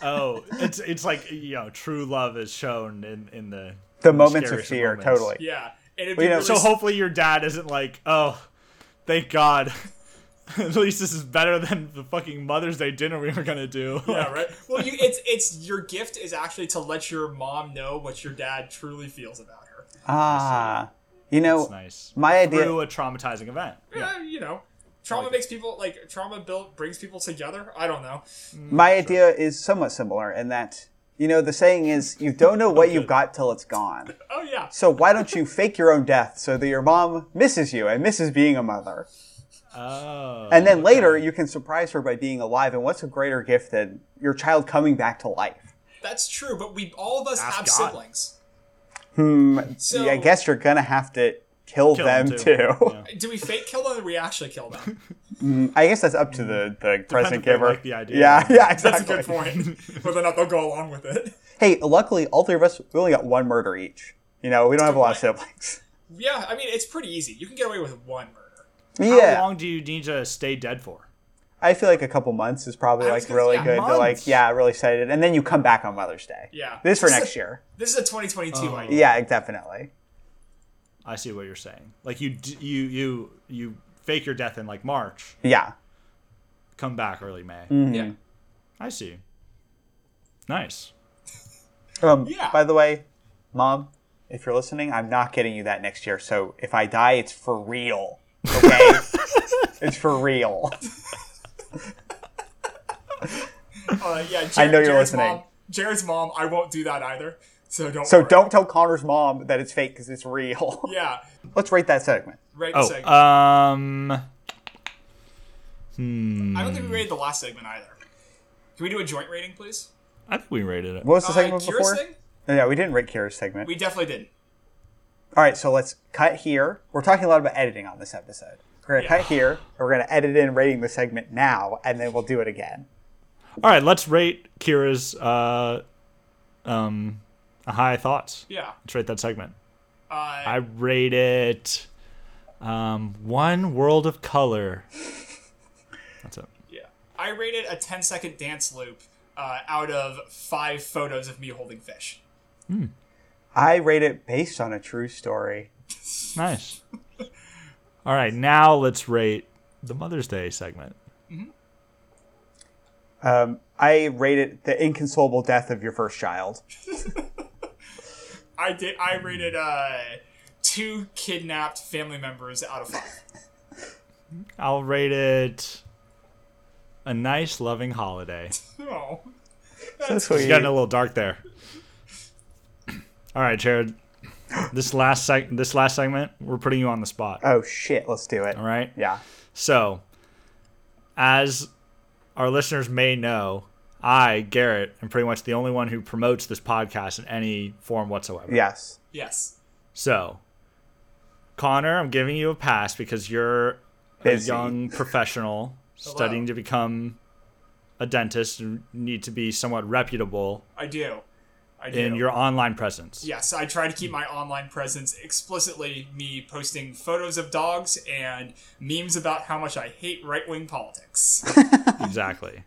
[SPEAKER 1] oh, it's it's like you know, true love is shown in in the
[SPEAKER 3] The moments of
[SPEAKER 1] scariest
[SPEAKER 3] fear,
[SPEAKER 1] moments.
[SPEAKER 3] totally.
[SPEAKER 2] Yeah, and it'd be
[SPEAKER 3] Well, you know-
[SPEAKER 2] really
[SPEAKER 1] So
[SPEAKER 2] s-
[SPEAKER 1] hopefully your dad isn't like, oh, thank God. At least this is better than the fucking Mother's Day dinner we were gonna do.
[SPEAKER 2] yeah, right. Well, you it's it's your gift is actually to let your mom know what your dad truly feels about her.
[SPEAKER 3] Ah. You know,
[SPEAKER 1] That's nice.
[SPEAKER 3] my idea.
[SPEAKER 1] Through a traumatizing event. Yeah.
[SPEAKER 2] Yeah, you know, trauma makes people like trauma built brings people together. I don't know.
[SPEAKER 3] My idea is somewhat similar in that, you know, the saying is, you don't know what you've got till it's gone.
[SPEAKER 2] Oh yeah,
[SPEAKER 3] So why don't you fake your own death so that your mom misses you and misses being a mother?
[SPEAKER 1] Oh.
[SPEAKER 3] And then later, you can surprise her by being alive. And what's a greater gift than your child coming back to life?
[SPEAKER 2] that's true. But we all of us
[SPEAKER 1] Ask
[SPEAKER 2] have
[SPEAKER 1] God.
[SPEAKER 2] siblings.
[SPEAKER 3] Hmm.
[SPEAKER 2] So-
[SPEAKER 3] yeah, I guess you're gonna have to kill,
[SPEAKER 1] Kill
[SPEAKER 3] them,
[SPEAKER 1] them
[SPEAKER 3] too.
[SPEAKER 1] Yeah.
[SPEAKER 2] Do we fake kill them or do we actually kill them?
[SPEAKER 3] I guess that's up to
[SPEAKER 2] Mm.
[SPEAKER 3] the, the present
[SPEAKER 1] if they
[SPEAKER 3] giver.
[SPEAKER 1] like the idea.
[SPEAKER 3] Yeah, yeah,
[SPEAKER 2] That's a
[SPEAKER 3] exactly.
[SPEAKER 2] good point. Whether or not they'll go along with it.
[SPEAKER 3] Hey, luckily, all three of us, we only got one murder each. You know, we don't have a lot of siblings.
[SPEAKER 2] Yeah, I mean, it's pretty easy. You can get away with one murder.
[SPEAKER 3] Yeah.
[SPEAKER 1] How long do you need to stay dead for?
[SPEAKER 3] I feel like a couple months is probably
[SPEAKER 2] was
[SPEAKER 3] like
[SPEAKER 2] gonna
[SPEAKER 3] really
[SPEAKER 2] say
[SPEAKER 3] good. To like,
[SPEAKER 1] months.
[SPEAKER 3] yeah, really excited, and then you come back on Mother's Day.
[SPEAKER 2] Yeah.
[SPEAKER 3] This for
[SPEAKER 2] This is
[SPEAKER 3] next
[SPEAKER 2] a-
[SPEAKER 3] year.
[SPEAKER 2] This is a 2022
[SPEAKER 1] Oh.
[SPEAKER 2] idea.
[SPEAKER 3] Yeah, definitely.
[SPEAKER 1] I see what you're saying. Like you, d- you, you, you fake your death in like March,
[SPEAKER 3] Yeah.
[SPEAKER 1] come back early May.
[SPEAKER 3] Mm-hmm.
[SPEAKER 2] Yeah.
[SPEAKER 1] I see. Nice.
[SPEAKER 3] Um,
[SPEAKER 2] Yeah.
[SPEAKER 3] By the way, mom, if you're listening, I'm not getting you that next year. So if I die, it's for real. Okay. it's for real.
[SPEAKER 2] Uh, yeah.
[SPEAKER 3] I know you're
[SPEAKER 2] Jared's
[SPEAKER 3] listening.
[SPEAKER 2] Mom, Jared's mom. I won't do that either. So don't.
[SPEAKER 3] So
[SPEAKER 2] worry.
[SPEAKER 3] don't tell Connor's mom that it's fake because it's real.
[SPEAKER 2] Yeah.
[SPEAKER 3] Let's rate that segment.
[SPEAKER 2] Right.
[SPEAKER 1] Oh,
[SPEAKER 2] segment.
[SPEAKER 1] um,
[SPEAKER 2] I don't think we rated the last segment either. Can we do a joint rating, please?
[SPEAKER 1] I think we rated it.
[SPEAKER 3] What was the
[SPEAKER 2] Uh,
[SPEAKER 3] segment
[SPEAKER 2] Kira's
[SPEAKER 3] before?
[SPEAKER 2] thing?
[SPEAKER 3] No, no, we didn't rate Kira's segment.
[SPEAKER 2] We definitely didn't.
[SPEAKER 3] All right, so let's cut here. We're talking a lot about editing on this episode. We're gonna cut here. and We're gonna edit in rating the segment now, and then we'll do it again.
[SPEAKER 1] All right, let's rate Kira's uh, um, high thoughts.
[SPEAKER 2] Yeah.
[SPEAKER 1] Let's rate that segment.
[SPEAKER 2] Uh,
[SPEAKER 1] I rate it um, one world of color. That's it.
[SPEAKER 2] yeah. I rated a 10 second dance loop uh, out of five photos of me holding fish.
[SPEAKER 3] I rate it based on a true story.
[SPEAKER 1] Nice. All right, now let's rate the Mother's Day segment.
[SPEAKER 3] Um, I rate it the inconsolable death of your first child.
[SPEAKER 2] I did. I rated uh, two kidnapped family members out of five.
[SPEAKER 1] I'll rate it a nice, loving holiday.
[SPEAKER 2] oh.
[SPEAKER 3] So
[SPEAKER 1] It's
[SPEAKER 3] sweet.
[SPEAKER 1] getting a little dark there. All right, Jared. This last seg- this last segment, we're putting you on the spot.
[SPEAKER 3] Oh shit, let's do it.
[SPEAKER 1] All right.
[SPEAKER 3] Yeah.
[SPEAKER 1] So, as our listeners may know, I Garrett am pretty much the only one who promotes this podcast in any form whatsoever.
[SPEAKER 3] Yes.
[SPEAKER 2] Yes.
[SPEAKER 1] So, Connor, I'm giving you a pass because you're
[SPEAKER 3] Busy.
[SPEAKER 1] a young professional studying to become a dentist and need to be somewhat reputable
[SPEAKER 2] I do. I do.
[SPEAKER 1] in your online presence.
[SPEAKER 2] Yes, I try to keep my online presence explicitly me posting photos of dogs and memes about how much I hate right wing politics.
[SPEAKER 1] Exactly.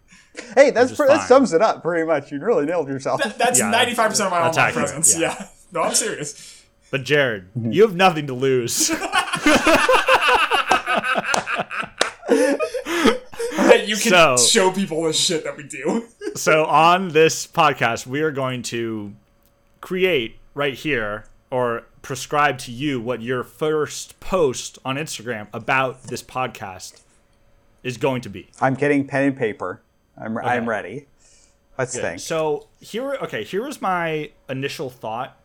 [SPEAKER 3] Hey, that's
[SPEAKER 1] is
[SPEAKER 3] pr- that
[SPEAKER 1] fine.
[SPEAKER 3] sums it up pretty much. You really nailed yourself.
[SPEAKER 2] That's
[SPEAKER 1] Yeah,
[SPEAKER 2] ninety five percent of my
[SPEAKER 1] that's
[SPEAKER 2] online
[SPEAKER 1] accurate,
[SPEAKER 2] presence. Yeah.
[SPEAKER 1] yeah.
[SPEAKER 2] No, I'm serious.
[SPEAKER 1] But Jared, you have nothing to lose.
[SPEAKER 2] That you can
[SPEAKER 1] So-
[SPEAKER 2] show people the shit that we do.
[SPEAKER 1] so on this podcast, we are going to create right here or prescribe to you what your first post on Instagram about this podcast is going to be.
[SPEAKER 3] I'm getting pen and paper. I'm I'm
[SPEAKER 1] Okay.
[SPEAKER 3] ready. Let's think.
[SPEAKER 1] So here, okay, here was my initial thought.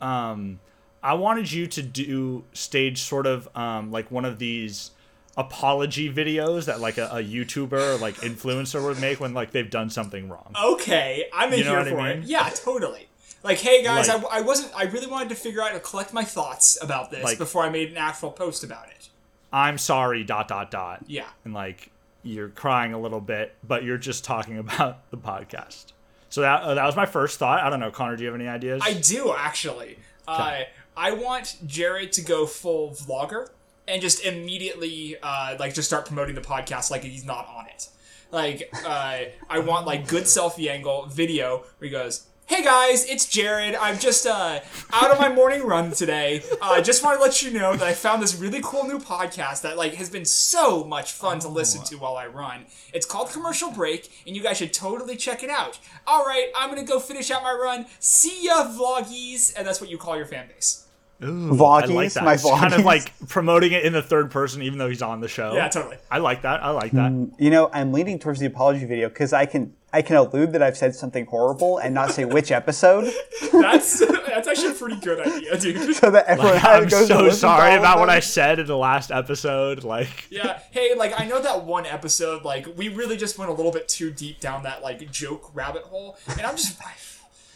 [SPEAKER 1] Um, I wanted you to do stage sort of um, like one of these apology videos that like a, a YouTuber or like influencer would make when like they've done something wrong.
[SPEAKER 2] Okay, I'm in
[SPEAKER 1] You know
[SPEAKER 2] here
[SPEAKER 1] what I
[SPEAKER 2] for
[SPEAKER 1] mean?
[SPEAKER 2] it. Yeah, totally. Like, hey guys,
[SPEAKER 1] Like-
[SPEAKER 2] I, I wasn't. I really wanted to figure out and collect my thoughts about this
[SPEAKER 1] Like-
[SPEAKER 2] before I made an actual post about it.
[SPEAKER 1] I'm sorry. Dot dot dot.
[SPEAKER 2] Yeah.
[SPEAKER 1] and like you're crying a little bit, but you're just talking about the podcast. So that uh, that was my first thought. I don't know, Connor. Do you have any ideas?
[SPEAKER 2] I do actually. Uh, I want Jared to go full vlogger and just immediately uh, like just start promoting the podcast like he's not on it. Like uh, I want like good selfie angle video where he goes. Hey guys, it's Jared. I'm just uh, out on my morning run today. I uh, just want to let you know that I found this really cool new podcast that like has been so much fun to listen to while I run. It's called Commercial Break, and you guys should totally check it out. All right, I'm gonna go finish out my run. See ya, vloggies, and that's what you call your fan base.
[SPEAKER 3] Vloggies,
[SPEAKER 1] I like that.
[SPEAKER 3] my
[SPEAKER 1] It's kind
[SPEAKER 3] vloggies.
[SPEAKER 1] of like promoting it in the third person, even though he's on the show.
[SPEAKER 2] Yeah, totally.
[SPEAKER 1] I like that. I like that.
[SPEAKER 3] You know, I'm leaning towards the apology video because I can I can allude that I've said something horrible and not say which episode,
[SPEAKER 2] That's that's actually a pretty good idea, dude.
[SPEAKER 3] so that everyone
[SPEAKER 1] I'm
[SPEAKER 3] goes and
[SPEAKER 1] so
[SPEAKER 3] listens to all
[SPEAKER 1] sorry
[SPEAKER 3] of
[SPEAKER 1] about what
[SPEAKER 3] them.
[SPEAKER 1] I said in the last episode. Like,
[SPEAKER 2] Yeah. Hey, like I know that one episode, like we really just went a little bit too deep down that like joke rabbit hole, and I'm just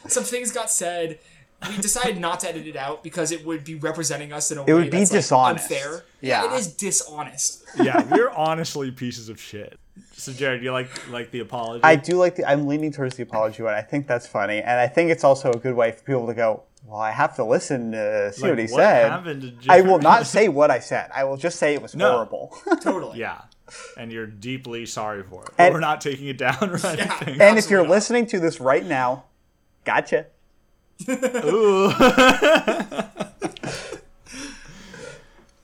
[SPEAKER 2] some things got said, we decided not to edit it out because it would be representing us in a
[SPEAKER 3] It
[SPEAKER 2] way
[SPEAKER 3] would be
[SPEAKER 2] that's, like,
[SPEAKER 3] dishonest.
[SPEAKER 2] unfair.
[SPEAKER 3] Yeah.
[SPEAKER 2] it is dishonest.
[SPEAKER 1] yeah, we're honestly pieces of shit. So Jared, you like like the apology?
[SPEAKER 3] I do like the. I'm leaning towards the apology one. I think that's funny, and I think it's also a good way for people to go. Well, I have to listen to see
[SPEAKER 1] Like,
[SPEAKER 3] what he
[SPEAKER 1] what
[SPEAKER 3] said.
[SPEAKER 1] happened to
[SPEAKER 3] I will not
[SPEAKER 1] Jared?
[SPEAKER 3] say what I said. I will just say it was
[SPEAKER 1] No.
[SPEAKER 3] horrible.
[SPEAKER 2] Totally.
[SPEAKER 1] Yeah, and you're deeply sorry for it.
[SPEAKER 3] And-
[SPEAKER 1] we're not taking it down or anything.
[SPEAKER 3] and if you're
[SPEAKER 2] Absolutely not.
[SPEAKER 3] listening to this right now, gotcha.
[SPEAKER 1] Ooh.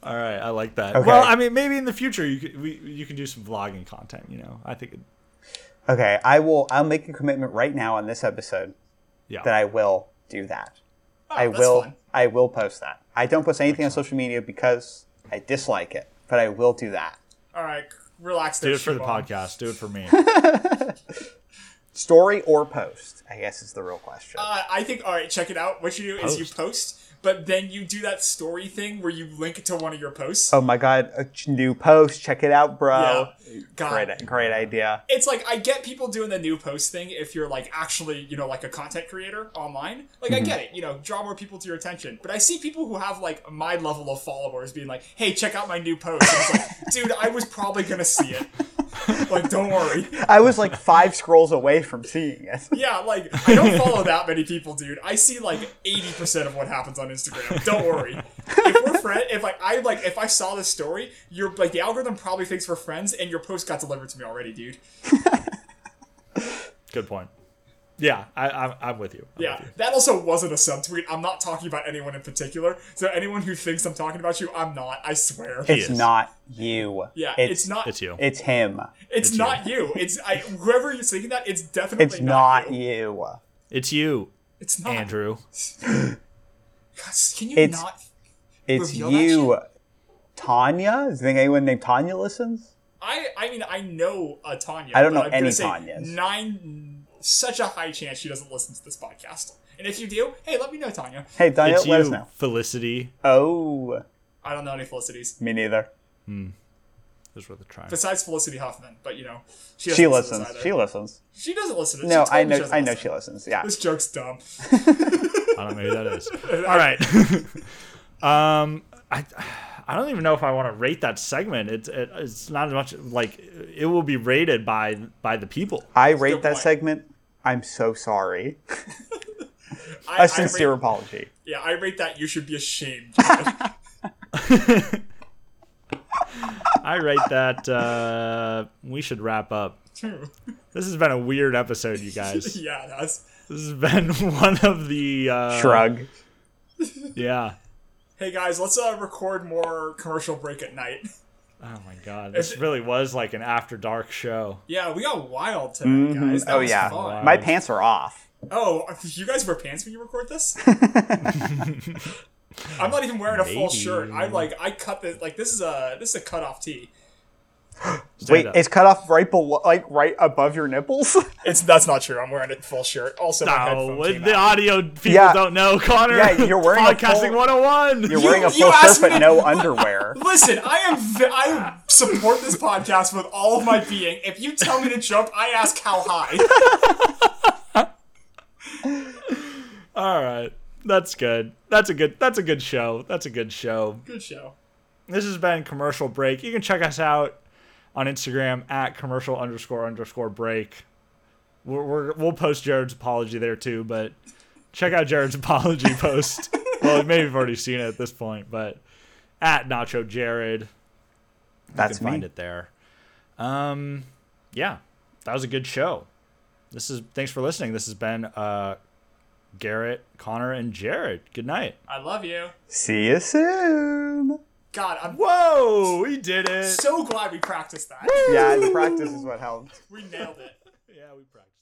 [SPEAKER 1] All right, I like that. Well, I mean, maybe in the future you could, we you can do some vlogging content. You know, I think. It,
[SPEAKER 3] Okay, I will. I'll make a commitment right now on this episode
[SPEAKER 1] yeah.
[SPEAKER 3] that I will do that. I
[SPEAKER 2] Oh, that's
[SPEAKER 3] will.
[SPEAKER 2] fun.
[SPEAKER 3] I will post that. I don't post anything on social media because I dislike it, but I will do that.
[SPEAKER 2] All right, relax.
[SPEAKER 1] do
[SPEAKER 2] there,
[SPEAKER 1] it for the
[SPEAKER 2] Siobhan.
[SPEAKER 1] podcast. Do it for me.
[SPEAKER 3] Story or post? I guess is the real question.
[SPEAKER 2] Uh, I think. All right, check it out. What you do is you post, but then you do that story thing where you link it to one of your posts.
[SPEAKER 3] oh my god, a ch- new post. Check it out, bro.
[SPEAKER 2] yeah. God.
[SPEAKER 3] Great, great idea.
[SPEAKER 2] It's like I get people doing the new post thing if you're like actually, you know, like a content creator online. Like I get it, you know, draw more people to your attention. But I see people who have like my level of followers being like, "Hey, check out my new post." And it's like, dude, I was probably gonna see it. like, don't worry.
[SPEAKER 3] I was like five scrolls away from seeing it.
[SPEAKER 2] Yeah, like I don't follow that many people, dude. I see like eighty percent of what happens on Instagram. Don't worry. If we're friend, if like I like, if I saw this story, you're like the algorithm probably thinks we're friends, and your post got delivered to me already, dude.
[SPEAKER 1] Good point. Yeah, I, I'm, I'm with you. I'm
[SPEAKER 2] Yeah,
[SPEAKER 1] with you.
[SPEAKER 2] that also wasn't a subtweet. I'm not talking about anyone in particular. So anyone who thinks I'm talking about you, I'm not. I swear.
[SPEAKER 3] It's
[SPEAKER 1] is.
[SPEAKER 3] not you.
[SPEAKER 2] yeah, it's,
[SPEAKER 3] it's,
[SPEAKER 2] not.
[SPEAKER 1] It's
[SPEAKER 2] It's,
[SPEAKER 1] you.
[SPEAKER 3] It's him.
[SPEAKER 1] it's
[SPEAKER 2] not you. It's I, whoever you're thinking that. It's definitely
[SPEAKER 3] It's
[SPEAKER 2] not.
[SPEAKER 3] not
[SPEAKER 2] you.
[SPEAKER 3] you.
[SPEAKER 1] It's you,
[SPEAKER 2] It's not.
[SPEAKER 1] Andrew.
[SPEAKER 2] God, can you
[SPEAKER 3] It's-
[SPEAKER 2] not?
[SPEAKER 3] It's
[SPEAKER 2] Reveal that
[SPEAKER 3] you, Tanya. Do you think anyone named Tanya listens?
[SPEAKER 2] I I mean I know a Tanya.
[SPEAKER 3] I don't
[SPEAKER 2] but
[SPEAKER 3] know
[SPEAKER 2] I'm gonna
[SPEAKER 3] any
[SPEAKER 2] say
[SPEAKER 3] Tanyas.
[SPEAKER 2] Nine, such a high chance she doesn't listen to this podcast. And if you do, hey, let me know, Tanya.
[SPEAKER 3] Hey, Tanya,
[SPEAKER 1] It's
[SPEAKER 3] let us
[SPEAKER 1] you,
[SPEAKER 3] know.
[SPEAKER 1] Felicity.
[SPEAKER 3] Oh,
[SPEAKER 2] I don't know any Felicities
[SPEAKER 3] me neither.
[SPEAKER 1] Is worth a try.
[SPEAKER 2] besides Felicity Huffman, but you know she doesn't
[SPEAKER 3] She
[SPEAKER 2] listen to
[SPEAKER 3] listens.
[SPEAKER 2] this
[SPEAKER 3] She
[SPEAKER 2] either.
[SPEAKER 3] listens.
[SPEAKER 2] She doesn't listen. to this. She
[SPEAKER 3] No,
[SPEAKER 2] told
[SPEAKER 3] I
[SPEAKER 2] me
[SPEAKER 3] know.
[SPEAKER 2] doesn't
[SPEAKER 3] I know
[SPEAKER 2] listen.
[SPEAKER 3] she listens. Yeah.
[SPEAKER 2] This joke's dumb.
[SPEAKER 1] I don't know who that is. All right. um, I I don't even know if I want to rate that segment. It's it, it's not as much like it will be rated by by the people.
[SPEAKER 3] I
[SPEAKER 2] good
[SPEAKER 3] rate that
[SPEAKER 2] point.
[SPEAKER 3] segment. I'm so sorry.
[SPEAKER 2] I,
[SPEAKER 3] A
[SPEAKER 2] I
[SPEAKER 3] sincere
[SPEAKER 2] rate,
[SPEAKER 3] apology.
[SPEAKER 2] yeah, I rate that. You should be ashamed.
[SPEAKER 1] I rate that. Uh, we should wrap up. This has been a weird episode, you guys.
[SPEAKER 2] yeah, that's.
[SPEAKER 1] This has been one of the uh,
[SPEAKER 3] Shrug.
[SPEAKER 1] Yeah.
[SPEAKER 2] Hey guys, let's uh, record more commercial break at night.
[SPEAKER 1] Oh my god, this really was like an after dark show.
[SPEAKER 2] Yeah, we got wild today, guys. That
[SPEAKER 3] Oh
[SPEAKER 2] was
[SPEAKER 3] yeah.
[SPEAKER 2] fun.
[SPEAKER 3] My pants are off.
[SPEAKER 2] Oh, you guys wear pants when you record this? I'm not even wearing a full
[SPEAKER 1] Maybe.
[SPEAKER 2] shirt. I like I cut this like this is a this is a cutoff tee.
[SPEAKER 1] Stand
[SPEAKER 3] Wait,
[SPEAKER 1] up.
[SPEAKER 3] it's cut off right below, like right above your nipples.
[SPEAKER 2] It's that's not true. I'm wearing a full shirt. Also, my
[SPEAKER 1] Oh,
[SPEAKER 2] headphone came
[SPEAKER 1] the
[SPEAKER 2] out.
[SPEAKER 1] audio people
[SPEAKER 3] Yeah.
[SPEAKER 1] don't know, Connor.
[SPEAKER 3] Yeah, you're wearing a
[SPEAKER 1] podcasting
[SPEAKER 3] full-
[SPEAKER 1] 101.
[SPEAKER 3] You're wearing a
[SPEAKER 2] you
[SPEAKER 3] full shirt
[SPEAKER 2] asked
[SPEAKER 3] but
[SPEAKER 2] me-
[SPEAKER 3] no underwear.
[SPEAKER 2] Listen, I am v- I support this podcast with all of my being. If you tell me to jump, I ask how high.
[SPEAKER 1] All right. That's good. That's a good that's a good show. That's a good show.
[SPEAKER 2] Good show.
[SPEAKER 1] This has been commercial break. You can check us out on Instagram at commercial underscore underscore break. We're, we're, we'll post Jared's apology there too, but check out Jared's apology post. Well, maybe you've already seen it at this point, but at Nacho Jared, you
[SPEAKER 3] That's
[SPEAKER 1] can find
[SPEAKER 3] me.
[SPEAKER 1] it there. Um, yeah, that was a good show. This is thanks for listening. This has been uh, Garrett, Connor, and Jared. Good night.
[SPEAKER 2] I love you.
[SPEAKER 3] See you soon.
[SPEAKER 2] God, I'm
[SPEAKER 1] Whoa, we did it.
[SPEAKER 2] so glad we practiced that.
[SPEAKER 3] Yeah, the practice is what helps.
[SPEAKER 2] We nailed it.
[SPEAKER 1] yeah, we practiced.